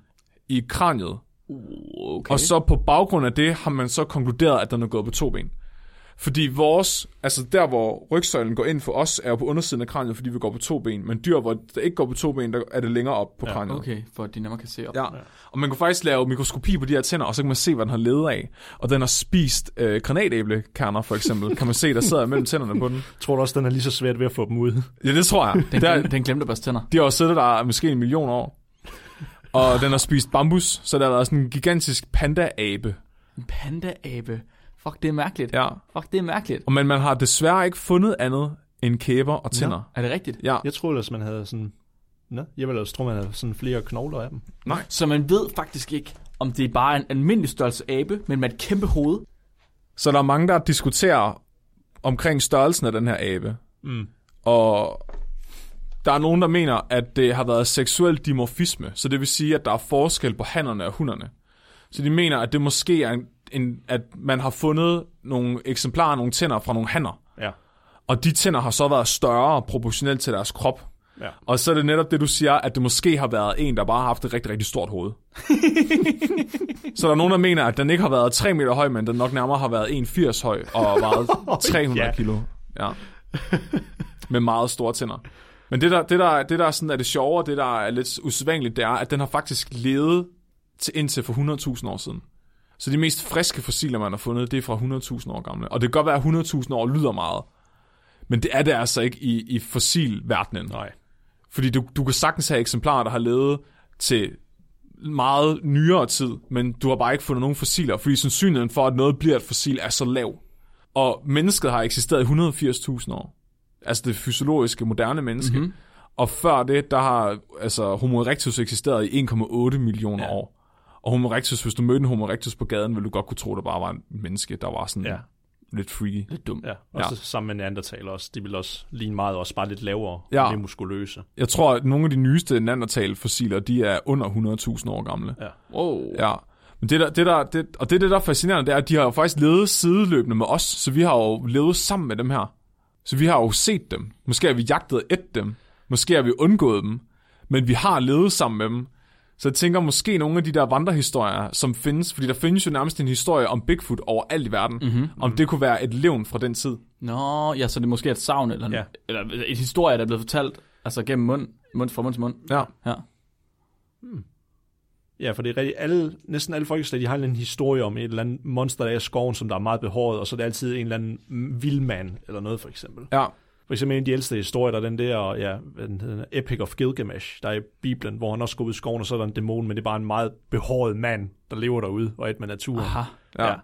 i kraniet.
Okay.
Og så på baggrund af det har man så konkluderet, at den er gået på to ben. Fordi vores, altså der hvor rygsøjlen går ind for os, er jo på undersiden af kraniet, fordi vi går på to ben. Men dyr, hvor der ikke går på to ben, der er det længere op på ja, kraniet.
Okay, for at de nemmere kan se op.
Ja. Og man kunne faktisk lave mikroskopi på de her tænder, og så kan man se, hvad den har levet af. Og den har spist øh, granatæblekerner, for eksempel. kan man se, der sidder mellem tænderne på den.
Tror du også, den er lige så svært ved at få dem ud?
Ja, det tror jeg.
Den,
Der,
glem, den glemte at børste tænder.
de har jo siddet der måske en million år. Og den har spist bambus, så der har været sådan en gigantisk panda-abe.
En panda-abe. Fuck, det er mærkeligt.
Ja.
Fuck, det er mærkeligt.
Og Men man har desværre ikke fundet andet end kæber og tænder.
Er det rigtigt?
Ja.
Jeg troede ellers, man havde sådan... Nå, jeg ville ellers tro, man havde sådan flere knogler af dem.
Så man ved faktisk ikke, om det er bare en almindelig størrelse abe, men med et kæmpe hoved.
Så der er mange, der diskuterer omkring størrelsen af den her abe. Mm. Og der er nogen, der mener, at det har været seksuel dimorfisme. Så det vil sige, at der er forskel på hannerne og hunnerne. Så de mener, at det måske er en, en, at man har fundet nogle eksemplarer, nogle tænder fra nogle hanner.
Ja.
Og de tænder har så været større proportionelt til deres krop.
Ja.
Og så er det netop det, du siger, at det måske har været en, der bare har haft et rigtig, rigtig stort hoved. så der er nogen, der mener, at den ikke har været 3 meter høj, men den nok nærmere har været 1,80 høj og vejet 300
Ja.
kilo. Ja. Med meget store tænder. Men det der, det der, det der sådan er det sjove, og det der er lidt usædvanligt, det er, at den har faktisk levet til indtil for 100.000 år siden. Så de mest friske fossiler, man har fundet, det er fra 100.000 år gamle. Og det kan godt være, at 100.000 år lyder meget, men det er det altså ikke i, i fossilverdenen.
Nej.
Fordi du, du kan sagtens have eksemplarer, der har levet til meget nyere tid, men du har bare ikke fundet nogen fossiler, fordi sandsynligheden for, at noget bliver et fossil, er så lav. Og mennesket har eksisteret i 180.000 år. Altså det fysiologiske, moderne menneske. Mm-hmm. Og før det, der har altså, Homo erectus eksisteret i 1,8 millioner ja. år. Og Homo erectus, hvis du mødte en Homo erectus på gaden, ville du godt kunne tro, at der bare var en menneske, der var sådan ja.
Ja.
lidt freaky.
Lidt dumt.
Ja, og
Ja.
ja. så sammen med neandertaler også. De vil også ligne meget også bare lidt lavere,
Ja.
ja. mere muskuløse.
Jeg tror, at nogle af de nyeste neandertal-fossiler, de er under 100.000 år gamle.
Ja.
Wow.
Ja. Men det der, det der, det, og det, det, der er fascinerende, det er, at de har jo faktisk levet sideløbende med os, så vi har jo levet sammen med dem her. Så vi har jo set dem. Måske har vi jagtet et dem. Måske har vi undgået dem. Men vi har levet sammen med dem. Så jeg tænker måske nogle af de der vandrehistorier, som findes, fordi der findes jo nærmest en historie om Bigfoot overalt i verden, mm-hmm. om det kunne være et levn fra den tid.
Nå, ja, så det er måske et savn, eller, ja.
Ja.
eller en historie, der er blevet fortalt, altså gennem mund, mund fra mund til mund.
Ja.
Ja.
Ja, for det er rigtigt. Alle, næsten alle folkeslag, de har en eller anden historie om et eller andet monster, der er i skoven, som der er meget behåret, og så er det altid en eller anden mm, vildmand eller noget, for eksempel.
Ja.
For eksempel en af de ældste historier, der er den der, ja, hvad den hedder, Epic of Gilgamesh, der er i Bibelen, hvor han også går ud i skoven, og så er der en dæmon, men det er bare en meget behåret mand, der lever derude og er et med naturen.
Aha.
Ja.
Ja.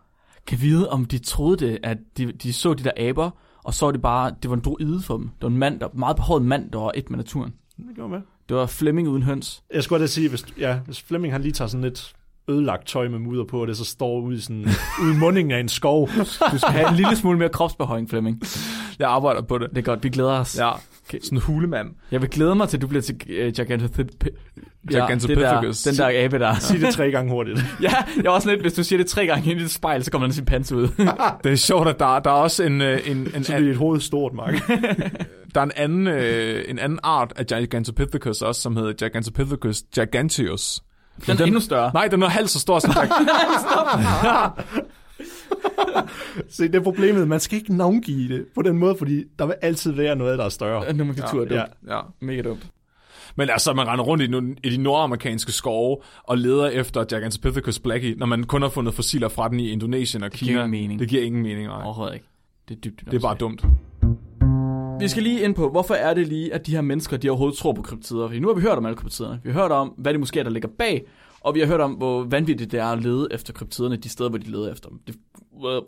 Kan vide, om de troede det, at de, de så de der aber, og så var det bare, det var en druide for dem. Det var en mand, der, meget behåret mand, der var et med naturen.
Det kan med.
Det var Flemming uden høns.
Jeg skulle da sige, hvis, ja, hvis Flemming han lige tager sådan lidt ødelagt tøj med mudder på, og det så står ude i, sådan, ude i mundingen af en skov.
Du skal have en lille smule mere kropsbehøjning, Flemming.
Jeg arbejder på det.
Det er godt, vi glæder os.
Ja. Okay. Sådan en hulemand.
Jeg vil glæde mig til, at du bliver til uh, Gigantopithecus.
Gigantopithecus.
Ja, det der, den der abe der.
Sig det tre gange hurtigt.
ja, jeg er også lidt, hvis du siger det tre gange ind i et spejl, så kommer den sin pants ud.
Det er sjovt, at der, der er også en, øh, en, en,
Så bliver dit hoved stort, Mark.
Der er en anden, øh, en anden art af Gigantopithecus også, som hedder Gigantopithecus giganteus.
den er endnu større.
Nej, den er halvt så stor som Gig-
Se, det er problemet. Man skal ikke navngive det på den måde, fordi der vil altid være noget, der er større.
Øh, Nomenklatur er dumt.
Ja.
ja.
Mega dumt.
Men altså, man render rundt i, nu- i de nordamerikanske skove og leder efter Gigantopithecus blackie, når man kun har fundet fossiler fra den i Indonesien og Kina.
giver ingen mening.
Det giver ingen mening, nej.
Overhovedet ikke. Det er dybt.
Det er bare dumt.
Vi skal lige ind på, hvorfor er det lige, at de her mennesker, de overhovedet tror på kryptider? Fordi nu har vi hørt om alle kryptiderne. Vi har hørt om, hvad det måske er, der ligger bag. Og vi har hørt om, hvor vanvittigt det er at lede efter kryptiderne, de steder, hvor de leder efter dem. Det,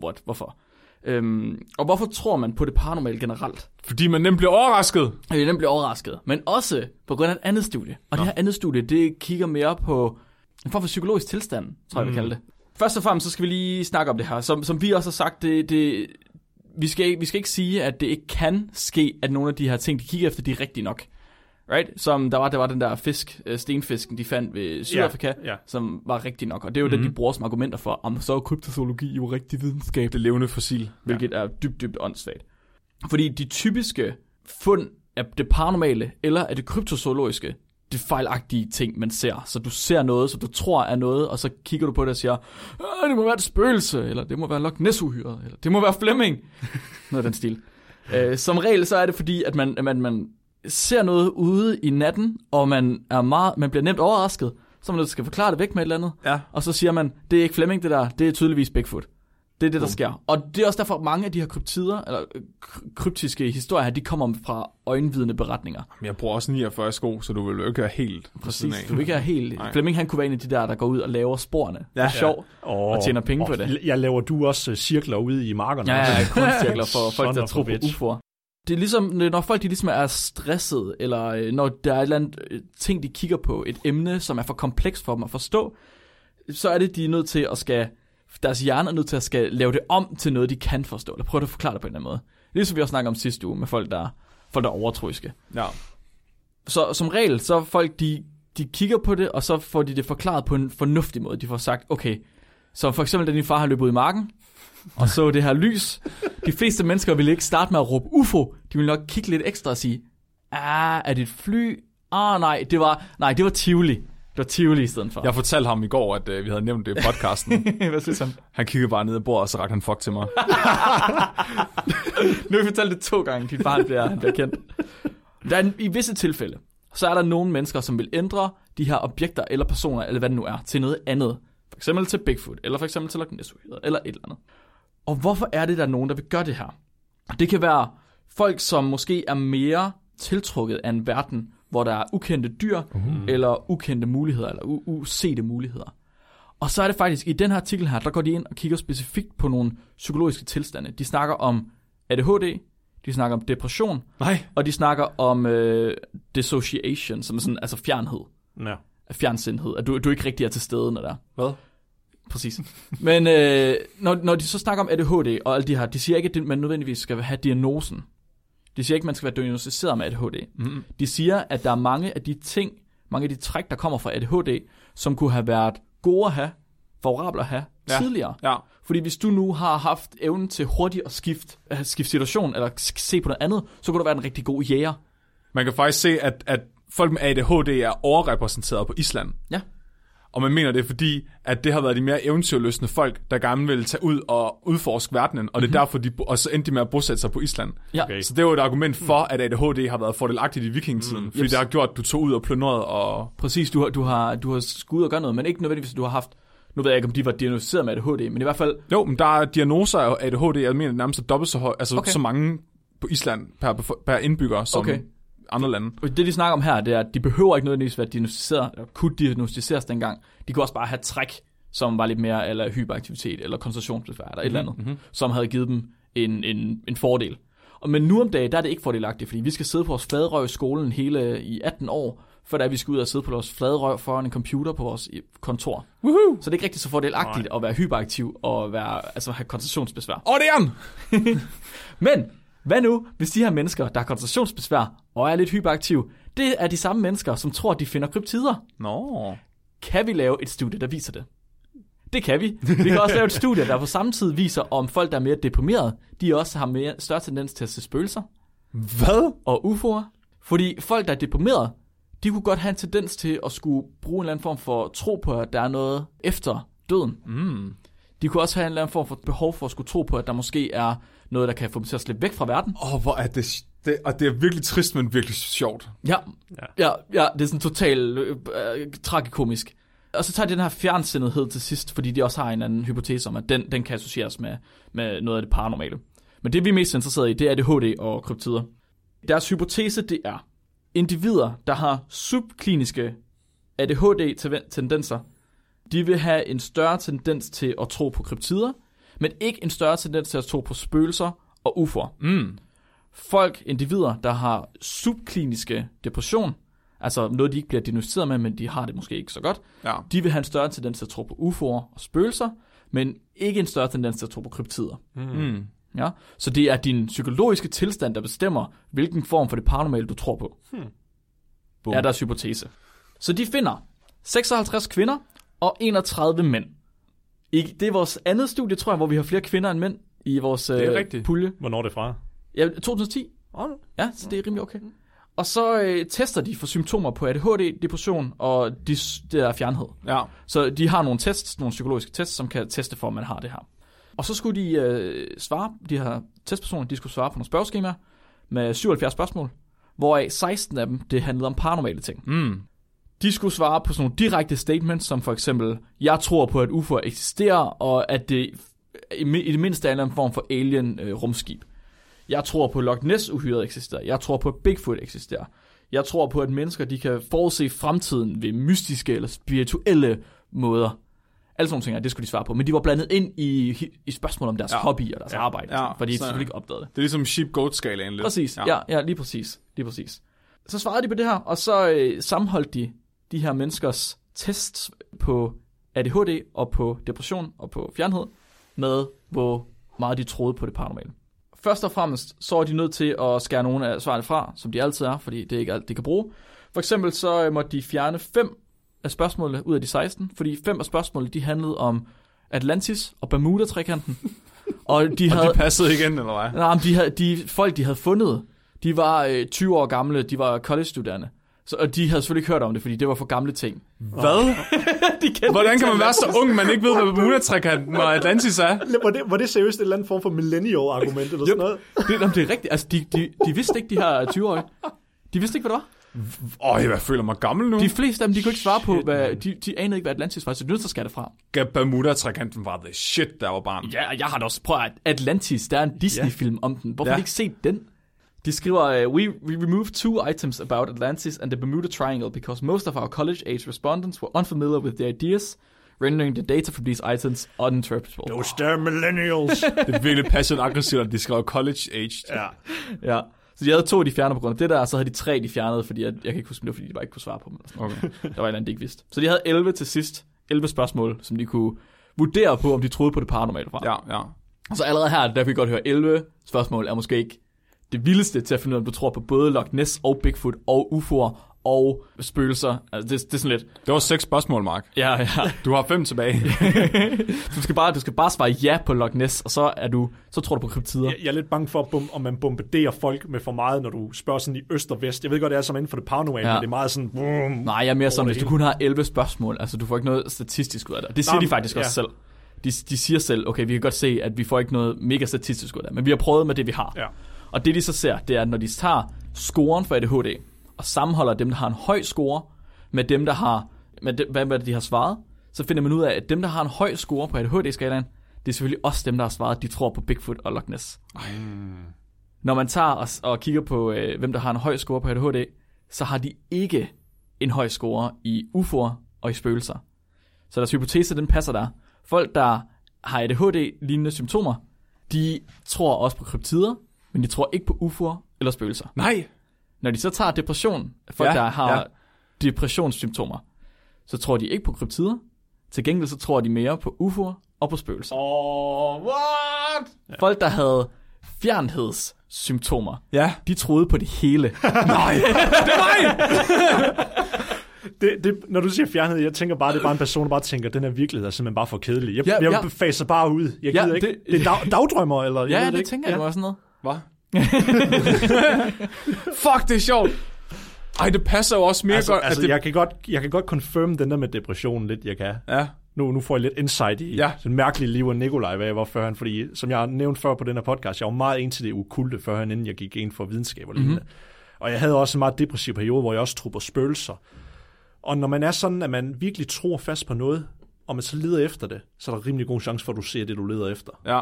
what, hvorfor? Øhm, og hvorfor tror man på det paranormale generelt?
Fordi man nemt bliver overrasket.
Og jeg blev overrasket. Men også på grund af et andet studie. Og det her andet studie, det kigger mere på en form for psykologisk tilstand, tror jeg, vi kalder det. Først og fremmest, så skal vi lige snakke om det her. Som, som vi også har sagt, det, det, vi, skal, ikke- vi skal ikke sige, at det ikke kan ske, at nogle af de her ting, de kigger efter, de er rigtige nok. Right? Som der var, der var den der fisk, øh, stenfisken, de fandt ved Sydafrika, yeah,
ja.
som var rigtig nok. Og det er jo mm-hmm. det, de bruger som argumenter for, om så er kryptozoologi jo rigtig videnskab
Det levende fossil.
hvilket er dybt, dybt åndssvagt. Fordi de typiske fund af det paranormale eller af det kryptozoologiske, det er fejlagtige ting, man ser. Så du ser noget, som du tror er noget, og så kigger du på det og siger, "Åh, det må være et spøgelse, eller det må være Loch Ness-uhyret, eller det må være Flemming. noget af den stil. Øh, som regel så er det fordi, at man, at man, man ser noget ude i natten, og man, er meget, man bliver nemt overrasket, så man nødt til at forklare det væk med et eller andet.
Ja.
Og så siger man, det er ikke Flemming det der, det er tydeligvis Bigfoot. Det er det, der sker. Og det er også derfor, at mange af de her kryptider, eller øh, kry- kryptiske historier her, de kommer fra øjenvidende beretninger.
Men Jeg bruger også 49 sko, så du vil jo ikke være helt på siden
Præcis.
af.
Du vil ikke have helt...
Nej.
Flemming, han kunne være en af de der, der går ud og laver sporene. Ja. Det er sjovt.
Og,
Og tjener penge på det.
Jeg laver du også øh, cirkler ude i markerne.
Ja, ja, ja
også?
kunstcirkler for folk,
Son
der
of
tror
a
på
bitch.
UFO'er. Det er ligesom, når folk de ligesom er stresset, eller øh, når der er et eller andet øh, ting, de kigger på, et emne, som er for komplekst for dem at forstå, så er det, de er nødt til at skal, deres hjerne er nødt til at skal lave det om til noget, de kan forstå, eller prøve at forklare det på en eller anden måde. Ligesom vi også snakkede om sidste uge med folk, der, folk, der er overtroiske.
Ja.
Så som regel, så folk, de, de kigger på det, og så får de det forklaret på en fornuftig måde. De får sagt, okay, Så for eksempel, da din far har løbet ud i marken, og så det her lys. De fleste mennesker ville ikke starte med at råbe UFO. De ville nok kigge lidt ekstra og sige, ah, er det et fly? Ah, nej, det var, nej, det var Tivoli. Det var Tivoli i stedet for.
Jeg fortalte ham i går, at øh, vi havde nævnt det i podcasten.
Hvad synes han?
Han kiggede bare ned ad bordet, og så rakte han fuck til mig.
Nu har jeg fortalt det to gange, dit barn bliver, han bliver kendt. Der er, en- I visse tilfælde, så er der nogle mennesker, som vil ændre de her objekter eller personer, eller hvad det nu er, til noget andet. For eksempel til Bigfoot, eller for eksempel til Loch ness eller et eller andet. Og hvorfor er det, der er nogen, der vil gøre det her? Det kan være folk, som måske er mere tiltrukket af en verden, hvor der er ukendte dyr, mm. eller ukendte muligheder, eller u- usete muligheder. Og så er det faktisk, i den her artikel her, der går de ind og kigger specifikt på nogle psykologiske tilstande. De snakker om ADHD, de snakker om depression,
Nej.
og de snakker om øh, dissociation, som er sådan, altså fjernhed,
Ja.
fjernsindhed, at du, du ikke rigtig er til stede, når der er.
Hvad?
Præcis. Men øh, når, når de så snakker om ADHD og alt det her, de siger ikke, at man nødvendigvis skal have diagnosen. De siger ikke, at man skal være diagnostiseret med ADHD. Mm-hmm. De siger, at der er mange af de ting, mange af de træk, der kommer fra ADHD, som kunne have været gode at have, favorable at have ja. tidligere.
Ja.
Fordi hvis du nu har haft evnen til hurtigt at skifte, at skifte situation, eller sk- se på noget andet, så kunne du være en rigtig god jæger.
Man kan faktisk se, at, at folk med ADHD er overrepræsenteret på Island.
Ja.
Og man mener det, er fordi at det har været de mere eventyrløsende folk, der gerne ville tage ud og udforske verdenen, og det er mm-hmm. derfor, de, bo- og så endte de med at bosætte sig på Island.
Mhm. Ja. Mm.
Okay. Så det er jo et argument for, at ADHD har været fordelagtigt i vikingetiden, mm, fordi
Yes.
det har gjort, at du tog ud og plyndrede og...
Præcis, du har, du har, du har skudt ud og gøre noget, men ikke nødvendigvis, at du har haft, nu ved jeg ikke, om de var diagnosticeret med ADHD, men i hvert fald,
Jo, men der er diagnoser af ADHD, jeg mener nærmest er dobbelt så høj, altså
Okay.
okay. så mange på Island per, befo- per indbygger som
Okay.
okay. andre lande.
det de snakker om her, det er, at de behøver ikke nødvendigvis være diagnosticeret, eller kunne diagnostiseres dengang. De kunne også bare have træk, som var lidt mere, eller hyperaktivitet, eller koncentrationsbesvær, eller et eller andet, mm-hmm. som havde givet dem en, en, en fordel. Og, men nu om dagen, der er det ikke fordelagtigt, fordi vi skal sidde på vores fladrøv i skolen hele i 18 år, før da vi skal ud og sidde på vores fladrøv foran en computer på vores i- kontor. Woohoo! Så det er ikke rigtig så fordelagtigt at være hyperaktiv og være, altså have koncentrationsbesvær.
Og det er han!
Men hvad nu, hvis de her mennesker, der har koncentrationsbesvær og er lidt hyperaktive, det er de samme mennesker, som tror, at de finder kryptider.
Nå.
Kan vi lave et studie, der viser det? Det kan vi. Vi kan også lave et studie, der på samme tid viser, om folk, der er mere deprimerede, de også har mere, større tendens til at se spøgelser
Hvad?
og UFO'er. Fordi folk, der er deprimerede, de kunne godt have en tendens til at skulle bruge en eller anden form for tro på, at der er noget efter døden. Mm. De kunne også have en eller anden form for behov for at skulle tro på, at der måske er noget, der kan få dem til at slippe væk fra verden.
Åh, oh, hvor er det, det... Og det er virkelig trist, men virkelig sjovt.
Ja, ja, ja det er sådan totalt øh, øh, tragikomisk. Og så tager de den her fjernsindethed til sidst, fordi de også har en eller anden hypotese om, at den, den kan associeres med, med noget af det paranormale. Men det, vi er mest interesseret i, det er ADHD og kryptider. Deres hypotese, det er individer, der har subkliniske ADHD-tendenser, de vil have en større tendens til at tro på kryptider, men ikke en større tendens til at tro på spøgelser og UFO'er folk, individer, der har subkliniske depression, altså noget, de ikke bliver diagnosticeret med, men de har det måske ikke så godt,
Ja.
de vil have en større tendens til at tro på UFO'er og spøgelser, men ikke en større tendens til at tro på kryptider.
Mm.
Ja? Så det er din psykologiske tilstand, der bestemmer, hvilken form for det paranormale, du tror på.
Bum.
Er deres hypotese. Så de finder 56 kvinder og 31 mænd. Ikke- Det er vores andet studie, tror jeg, hvor vi har flere kvinder end mænd i vores
er
øh,
rigtigt.
pulje.
Hvornår er det fra?
Ja, 2010. Ja, så det er rimelig okay. Og så øh, tester de for symptomer på ADHD, depression og dis- det der fjernhed.
Ja.
Så de har nogle tests, nogle psykologiske tests, som kan teste for, om man har det her. Og så skulle de øh, svare, de her testpersoner, de skulle svare på nogle spørgeskemaer med 77 spørgsmål, hvoraf 16 af dem, det handlede om paranormale ting.
Mm.
De skulle svare på sådan nogle direkte statements, som for eksempel, jeg tror på, at UFO'er eksisterer, og at det i mi- i det mindste er en eller anden form for alien-rumskib. Jeg tror på, at Loch Ness-uhyret eksisterer. Jeg tror på, at Bigfoot eksisterer. Jeg tror på, at mennesker de kan forudse fremtiden ved mystiske eller spirituelle måder. Alle sådan nogle ting, og det skulle de svare på. Men de var blandet ind i, i spørgsmål om deres ja. hobby og deres ja. arbejde,
Ja.
ja. fordi de
Så-
selvfølgelig ikke opdagede det.
Det er ligesom sheep-goat-skalaen lidt.
Præcis, ja. ja, ja lige præcis, lige præcis. Så svarede de på det her, og så øh, sammenholdt de de her menneskers tests på ADHD og på depression og på fjernhed med, hvor meget de troede på det paranormale. Først og fremmest, så er de nødt til at skære nogle af svarene fra, som de altid er, fordi det er ikke alt, de kan bruge. For eksempel så øh, måtte de fjerne fem af spørgsmålene ud af de 16, fordi fem af spørgsmålene, de handlede om, Atlantis og Bermuda-trekanten. Og de havde...
De passede igen, eller hvad?
Nej, men de, havde, de folk, de havde fundet, de var øh, 20 år gamle, de var college-studerende. Så, og de havde selvfølgelig ikke hørt om det, fordi det var for gamle ting.
Hvad? Hvordan kan man være så ung, man ikke ved, hvad Bermuda-trekanten og Atlantis er?
Var det, var det seriøst en eller anden form for millennial-argument eller sådan noget?
Det, jamen, det er rigtigt. Altså, de, de, de vidste ikke, de her 20-årige. De vidste ikke, hvad det var.
Åh, jeg føler mig gammel nu.
De fleste af dem, de kunne ikke svare på, hvad, de, de anede ikke, hvad Atlantis var, så det er nødt til at skære det fra.
De... Bermuda-trekanten var the shit, der var barn.
Ja, og jeg har da også prøvet at Atlantis, der er en Disney-film om den. Hvorfor
Ja.
har de ikke set den? De skriver, uh, we, we removed two items about Atlantis and the Bermuda Triangle because most of our college-age respondents were unfamiliar with the ideas, rendering the data from these items uninterpretable.
Those damn millennials.
Det er virkelig passivt aggressivt, at de skrev college-aged. Ja.
Ja. Så de havde to, de fjernede på grund af det der, og så havde de tre, de fjernede, fordi jeg, jeg kan ikke huske, om det var, fordi de bare ikke kunne svare på dem. Eller sådan. Okay. Der var et eller andet, de ikke vidste. Så de havde 11 til sidst, 11 spørgsmål, som de kunne vurdere på, om de troede på det paranormale fra.
Ja, ja.
Så allerede her, der kan vi godt høre, 11 spørgsmål er måske ikke det vildeste til at finde ud af, om du tror på både Loch Ness og Bigfoot og UFO'er og spøgelser. Altså, det, det er sådan lidt,
Det var seks spørgsmål, Mark.
ja, ja.
Du har fem tilbage.
Du skal bare, du skal bare svare ja på Loch Ness, og så, er du, så tror du på kryptider.
jeg, jeg er lidt bange for, bom, om man bombarderer folk med for meget, når du spørger sådan i øst og vest. Jeg ved godt, det er som inden for det paranormale,
Ja.
ja. men det er meget sådan... Vroom.
Nej, jeg er mere sådan,
Over
hvis
det
du kun har 11 spørgsmål, altså du får ikke noget statistisk ud af det. Og Det siger
Nej,
de
men-
faktisk også selv. De, de siger selv, okay, vi kan godt se, at vi får ikke noget mega statistisk ud af det, men vi har prøvet med det, vi har.
Ja.
Og det de så ser, det er, at når de tager scoren for ADHD, og sammenholder dem, der har en høj score, med dem, der har, med de, hvad, hvad de har svaret, så finder man ud af, at dem, der har en høj score på ADHD-skalaen, det er selvfølgelig også dem, der har svaret, at de tror på Bigfoot og Loch Ness. Når man tager og, og kigger på, øh, hvem der har en høj score på ADHD, så har de ikke en høj score i UFO'er og i spøgelser. Så deres hypotese, den passer der. Folk, der har ADHD-lignende symptomer, de tror også på kryptider, men de tror ikke på UFO'er eller spøgelser.
Nej.
Når de så tager depression, folk,
Ja,
ja, der har
ja.
ja. depressionssymptomer, så tror de ikke på kryptider. Til gengæld så tror de mere på UFO'er og på spøgelser. Oh, what? Folk, der havde fjernhedssymptomer,
Ja.
de troede på det hele.
Nej. Det er mig!
Det, det, når du siger fjernhed, jeg tænker bare, det er bare en person, der bare tænker, den her virkelighed er simpelthen bare for kedelig. Jeg,
Ja,
ja, jeg
ja.
ja. faser bare ud. Jeg
Ja,
gider ja, ikke.
det-
Det, det er dag, dagdrømmer, eller jeg
ja,
ved
det,
ikke.
tænker jeg ja. også sådan noget.
Hvad? Fuck, det er sjovt. Ej, det passer jo også mere
Altså,
godt. at
altså,
det...
jeg, kan godt, jeg kan godt confirm den der med depressionen lidt, jeg kan.
Ja.
Nu, nu får jeg lidt insight i
Ja.
ja. den mærkelige liv af Nikolaj, hvad jeg var førhen, fordi som jeg har nævnt før på den her podcast, jeg var meget ind til det okulte førhen, inden jeg gik ind for videnskab og lignende. Mm-hmm. Og jeg havde også en meget depressiv periode, hvor jeg også tror på spøgelser. Og når man er sådan, at man virkelig tror fast på noget, og man så leder efter det, så er der rimelig god chance for, at du ser det, du leder efter.
Ja.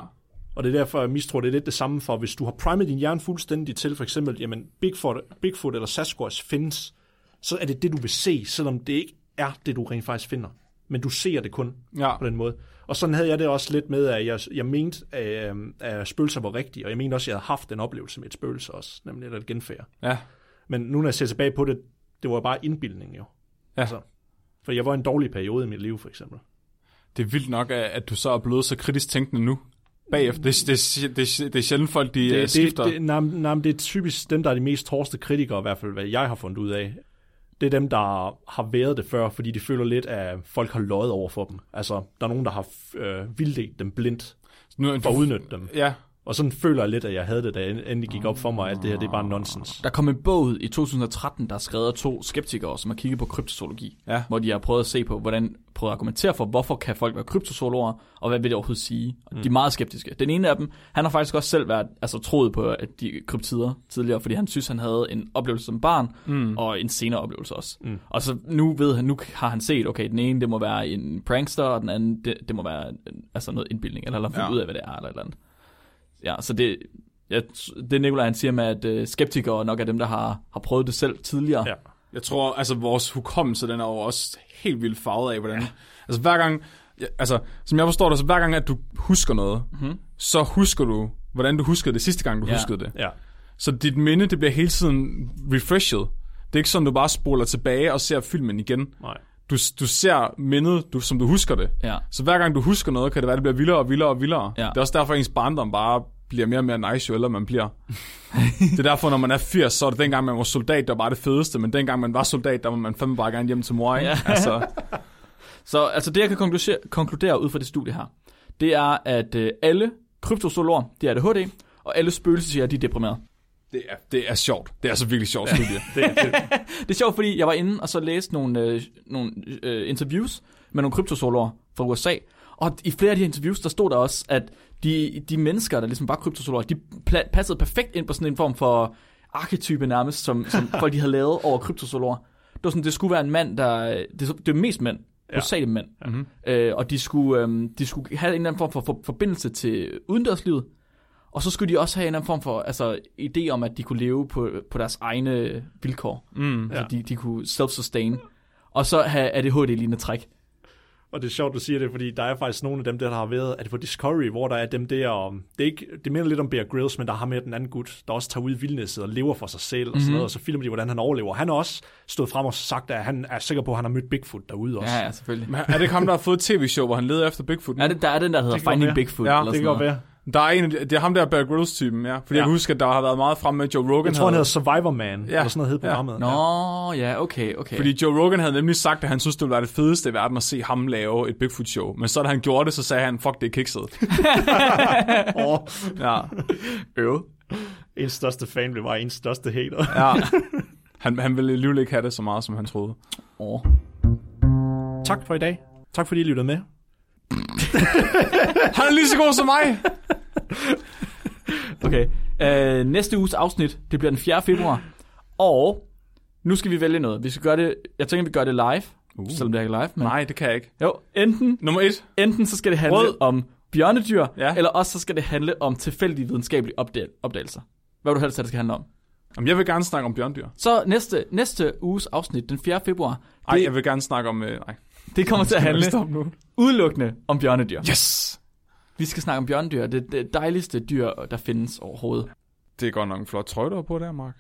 Og det er derfor, jeg mistror, det er lidt det samme for, hvis du har primet din hjerne fuldstændig til, for eksempel, jamen Bigfoot, Bigfoot eller Sasquatch findes, så er det det, du vil se, selvom det ikke er det, du rent faktisk finder. Men du ser det kun
Ja.
på den måde. Og sådan havde jeg det også lidt med, at jeg, jeg mente, at, øhm, at spøgelser var rigtige, og jeg mente også, at jeg havde haft en oplevelse med et spøgelse også, nemlig et genfærd.
Ja.
Men nu, når jeg ser tilbage på det, det var bare indbildning jo.
Ja.
For jeg var i en dårlig periode i mit liv, for eksempel.
Det er vildt nok, at at du så er blevet så kritisk tænkende nu. Bagefter. Det, det, det, det er sjældent folk, de det,
det, det,
skifter.
det, nej, nej, men det er typisk dem, der er de mest hårdeste kritikere, i hvert fald hvad jeg har fundet ud af. Det er dem, der har været det før, fordi de føler lidt, at folk har løjet over for dem. Altså, der er nogen, der har øh, vildledt dem blindt
nu,
for at udnytte dem.
Ja.
Og sådan føler jeg lidt, at jeg havde det, da jeg endelig gik op for mig, at det her det er bare nonsens.
Der kom en bog ud i 2013, der er skrevet af to skeptikere, som har kigget på kryptozoologi.
Ja.
Hvor de har prøvet at se på, hvordan prøvet at argumentere for, hvorfor kan folk være kryptozoologer, og hvad vil det overhovedet sige. Og de er meget skeptiske. Den ene af dem, han har faktisk også selv været, altså, troet på at de kryptider tidligere, fordi han synes, han havde en oplevelse som barn, mm. og en senere oplevelse også. Mm. Og så nu ved han, nu har han set, okay, den ene, det må være en prankster, og den anden, det, det må være en- altså noget indbildning, eller han har fundet
Ja.
ja. ud af, hvad det er, eller et eller andet. Ja, så det, jeg, det Nikolaj han siger med, at øh, skeptikere nok er dem, der har, har prøvet det selv tidligere.
Ja.
Jeg tror, altså vores hukommelse, den er jo også helt vildt farvet af, hvordan... Ja. Altså hver gang... ja, Altså, som jeg forstår det, så hver gang, at du husker noget, mm-hmm. så husker du, hvordan du huskede det sidste gang, du
Ja.
ja. huskede det.
Ja.
Så dit minde, det bliver hele tiden refreshed. Det er ikke sådan, du bare spoler tilbage og ser filmen igen.
Nej.
Du, du ser mindet, du, som du husker det.
Ja.
Så hver gang du husker noget, kan det være, det bliver vildere og vildere og vildere.
Ja.
Det er også derfor, at ens barndom bare bliver mere og mere nice, jo ældre man bliver. det er derfor, når man er 80, så er det dengang, man var soldat, der var det fedeste, men dengang man var soldat, der var man fandme bare gerne hjem til mor, ikke? Ja. Altså,
Så altså det, jeg kan konkludere, konkludere ud fra det studie her, det er, at øh, alle kryptozoologer, de er ADHD, og alle spøgelsesjæger, de er deprimerede.
Det er, det er sjovt. Det er altså virkelig sjovt studie. det er,
Det er sjovt, fordi jeg var inde og så læste nogle, øh, nogle øh, interviews med nogle kryptozoologer fra USA, og i flere af de her interviews, der stod der også, at de, de mennesker, der ligesom var kryptozoologer, de pla- passede perfekt ind på sådan en form for arketype nærmest, som, som folk de havde lavet over kryptozoologer. Det var sådan, det skulle være en mand, der... Det, det var mest mænd, hovedsageligt mænd. Mm-hmm. Øh, og de skulle, øh, de skulle have en eller anden form for, for forbindelse til udendørslivet, og så skulle de også have en eller anden form for altså, idé om, at de kunne leve på, på deres egne vilkår. Mm, altså, de, de kunne self-sustain. Og så have ADHD-lignende træk.
Og det er sjovt, du siger det, fordi der er faktisk nogle af dem der, der har været, at på Discovery, hvor der er dem der, om, det, er ikke, det minder lidt om Bear Grylls, men der har med den anden gut, der også tager ud i vildnæsset og lever for sig selv, og, sådan noget, og så filmer de, hvordan han overlever. Han har også stået frem og sagt, at han er sikker på, at han har mødt Bigfoot derude også.
Ja, ja, selvfølgelig.
er det ikke ham, der har fået et tv-show, hvor han leder efter Bigfoot? nu?
Er det, der er den, der hedder
godt
Finding
være.
Bigfoot.
Ja,
eller
det
sådan
kan godt
noget.
være.
Der er en, af de- det er ham der, Bear Grylls-typen, ja. Fordi ja. jeg kan huske, at der har været meget frem med at Joe Rogan.
Jeg tror, han
havde,
hedder Survivor Man, ja. eller sådan noget hed programmet. Ja.
Nå, ja, okay, okay.
fordi Joe Rogan havde nemlig sagt, at han synes, det ville være det fedeste i verden at se ham lave et Bigfoot-show. Men så da han gjorde det, så sagde han, fuck, det er kikset.
Og
Ja. Øv.
ens største fan blev bare ens største hater.
Ja. Han, han ville alligevel ikke have det så meget, som han troede.
Åh.
Tak for i dag. Tak fordi I lyttede med.
Han er lige så god som mig!
Okay. Øh, næste uges afsnit, det bliver den 4. februar. Og nu skal vi vælge noget. Vi skal gøre det, jeg tænker, vi gør det live. Uh. Selvom det er ikke live. Men...
Nej, det kan jeg ikke.
Jo, enten,
Nummer et.
enten så skal det handle
Rød.
Rød. om bjørnedyr,
Ja.
ja. eller også så skal det handle om tilfældige videnskabelige opdel- opdagelser. Hvad vil du helst, at det skal handle om?
Jamen, jeg vil gerne snakke om bjørndyr.
Så næste, næste uges afsnit, den 4. februar,
Nej, jeg vil gerne snakke om... Øh, nej.
det kommer til at handle
Stop nu.
udelukkende om bjørnedyr.
Yes!
Vi skal snakke om bjørnedyr, det, det dejligste dyr, der findes overhovedet.
Det er godt nok en flot trøje, du har på der, Mark.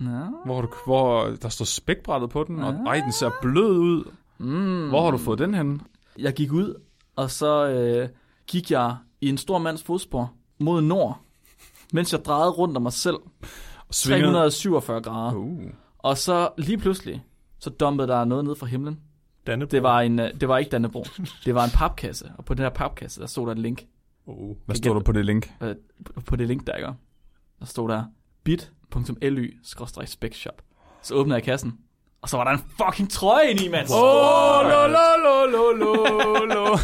Nå.
Hvor, har du, hvor der står spækbrættet på den, og ej, den ser blød ud. Mm. Hvor har du fået den henne?
Jeg gik ud, og så øh, gik jeg i en stor mands fodspor mod nord, mens jeg drejede rundt om mig selv
Svinget.
347 grader.
Uh.
Og så lige pludselig, så dumpede der noget ned fra himlen.
Dannebrog.
Det var, en, øh, det var ikke Dannebro. Det var en papkasse, og på den her papkasse, der stod der et link.
Oh.
Hvad står der på det link?
Øh, på det link, der ikke er. Der stod der bit.ly-specshop. Så åbnede jeg kassen, og så var der en fucking trøje inde i, mand.
Åh, lo, lo, lo, lo, lo, lo.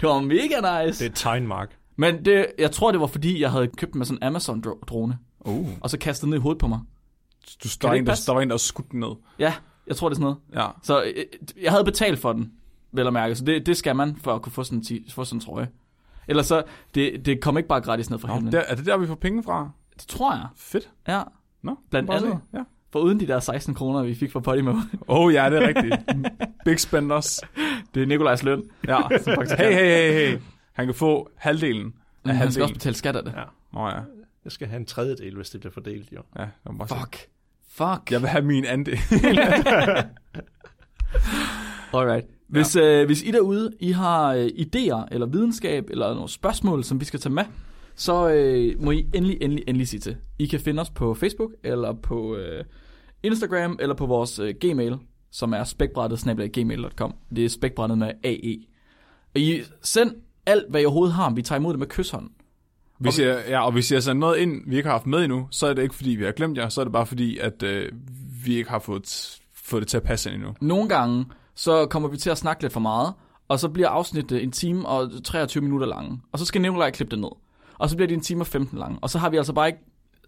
Det var mega nice.
Det er et tegn, Mark.
Men det, jeg tror, det var fordi, jeg havde købt den med sådan en Amazon-drone,
Uh.
og så kastet den ned i hovedet på mig.
Du,
Kan
der,
det
var
ikke
en, der,
passe?
der var en, der skudt den ned.
Ja, jeg tror, det er sådan noget.
Ja.
Så øh, jeg havde betalt for den, vel at mærke. Så det, det skal man, for at kunne få sådan en, ti- få sådan en trøje. Ellers så, det, det kom ikke bare gratis ned fra
Nå,
himlen.
der,
Det...
er det der, vi får penge fra?
det tror jeg.
Fedt.
Ja.
Nå,
Blandt
bare se.
andet.
Ja.
For uden de der 16 kroner, vi fik fra Podimo.
Oh ja, det er rigtigt. Big spenders.
det er Nikolajs løn.
Ja. Hey, hey, hey, hey. Han kan få halvdelen af
Men han skal
halvdelen.
også betale skat af det.
Ja.
Nå ja.
Jeg skal have en tredjedel, hvis det bliver fordelt, jo.
ja jeg må bare sige.
Fuck. Fuck.
Jeg vil have min andel.
Alright. Hvis, ja. øh, hvis I derude, I har øh, idéer eller videnskab eller nogle spørgsmål, som vi skal tage med, så øh, må I endelig, endelig, endelig sige til. I kan finde os på Facebook eller på øh, Instagram eller på vores øh, Gmail, som er spækbrættet-gmail.com. Det er spækbrættet med AE. Og I send alt, hvad I overhovedet har. Vi tager imod det med kysshånd.
Hvis jeg, ja, og hvis jeg sender noget ind, vi ikke har haft med endnu, så er det ikke fordi, vi har glemt jer, så er det bare fordi, at øh, vi ikke har fået, fået det til at passe ind endnu.
Nogle gange, så kommer vi til at snakke lidt for meget, og så bliver afsnittet en time og 23 minutter lange. Og så skal Nikolaj klippe det ned. Og så bliver det en time og 15 lange. Og så har vi altså bare ikke...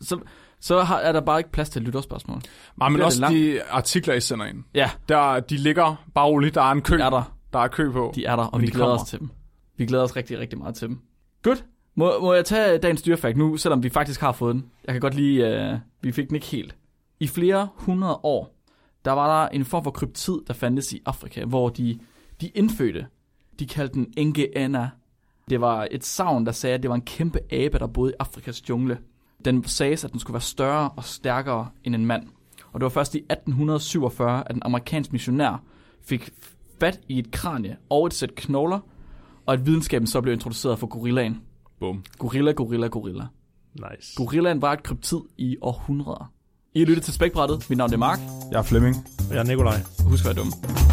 Så, så har, er der bare ikke plads til lytterspørgsmål.
Nej, men
Bliver
også
det
de artikler, I sender ind.
Ja,
Der, de ligger bare roligt, der er en kø.
de er der.
Der er kø på.
De er der, og
Men
vi
de
glæder
kommer.
os til dem. Vi glæder os rigtig, rigtig meget til dem. Godt. Må, må jeg tage dagens dyrefakt nu, selvom vi faktisk har fået den? Jeg kan godt lide, øh, vi fik den ikke helt. I flere hundrede år, der var der en form for kryptid, der fandtes i Afrika, hvor de, de indfødte, de kaldte den Engeana. Det var et savn, der sagde, at det var en kæmpe abe, der boede i Afrikas jungle. Den sagde, at den skulle være større og stærkere end en mand. Og det var først i 1847, at en amerikansk missionær fik fat i et kranie og et sæt knogler, og at videnskaben så blev introduceret for gorillaen.
Bum.
Gorilla, gorilla, gorilla.
Nice.
Gorillaen var et kryptid i århundreder. I har lyttet til Spækbrættet. Mit navn er Mark.
Jeg er Flemming.
Jeg er Nikolaj.
Husk at være dumme.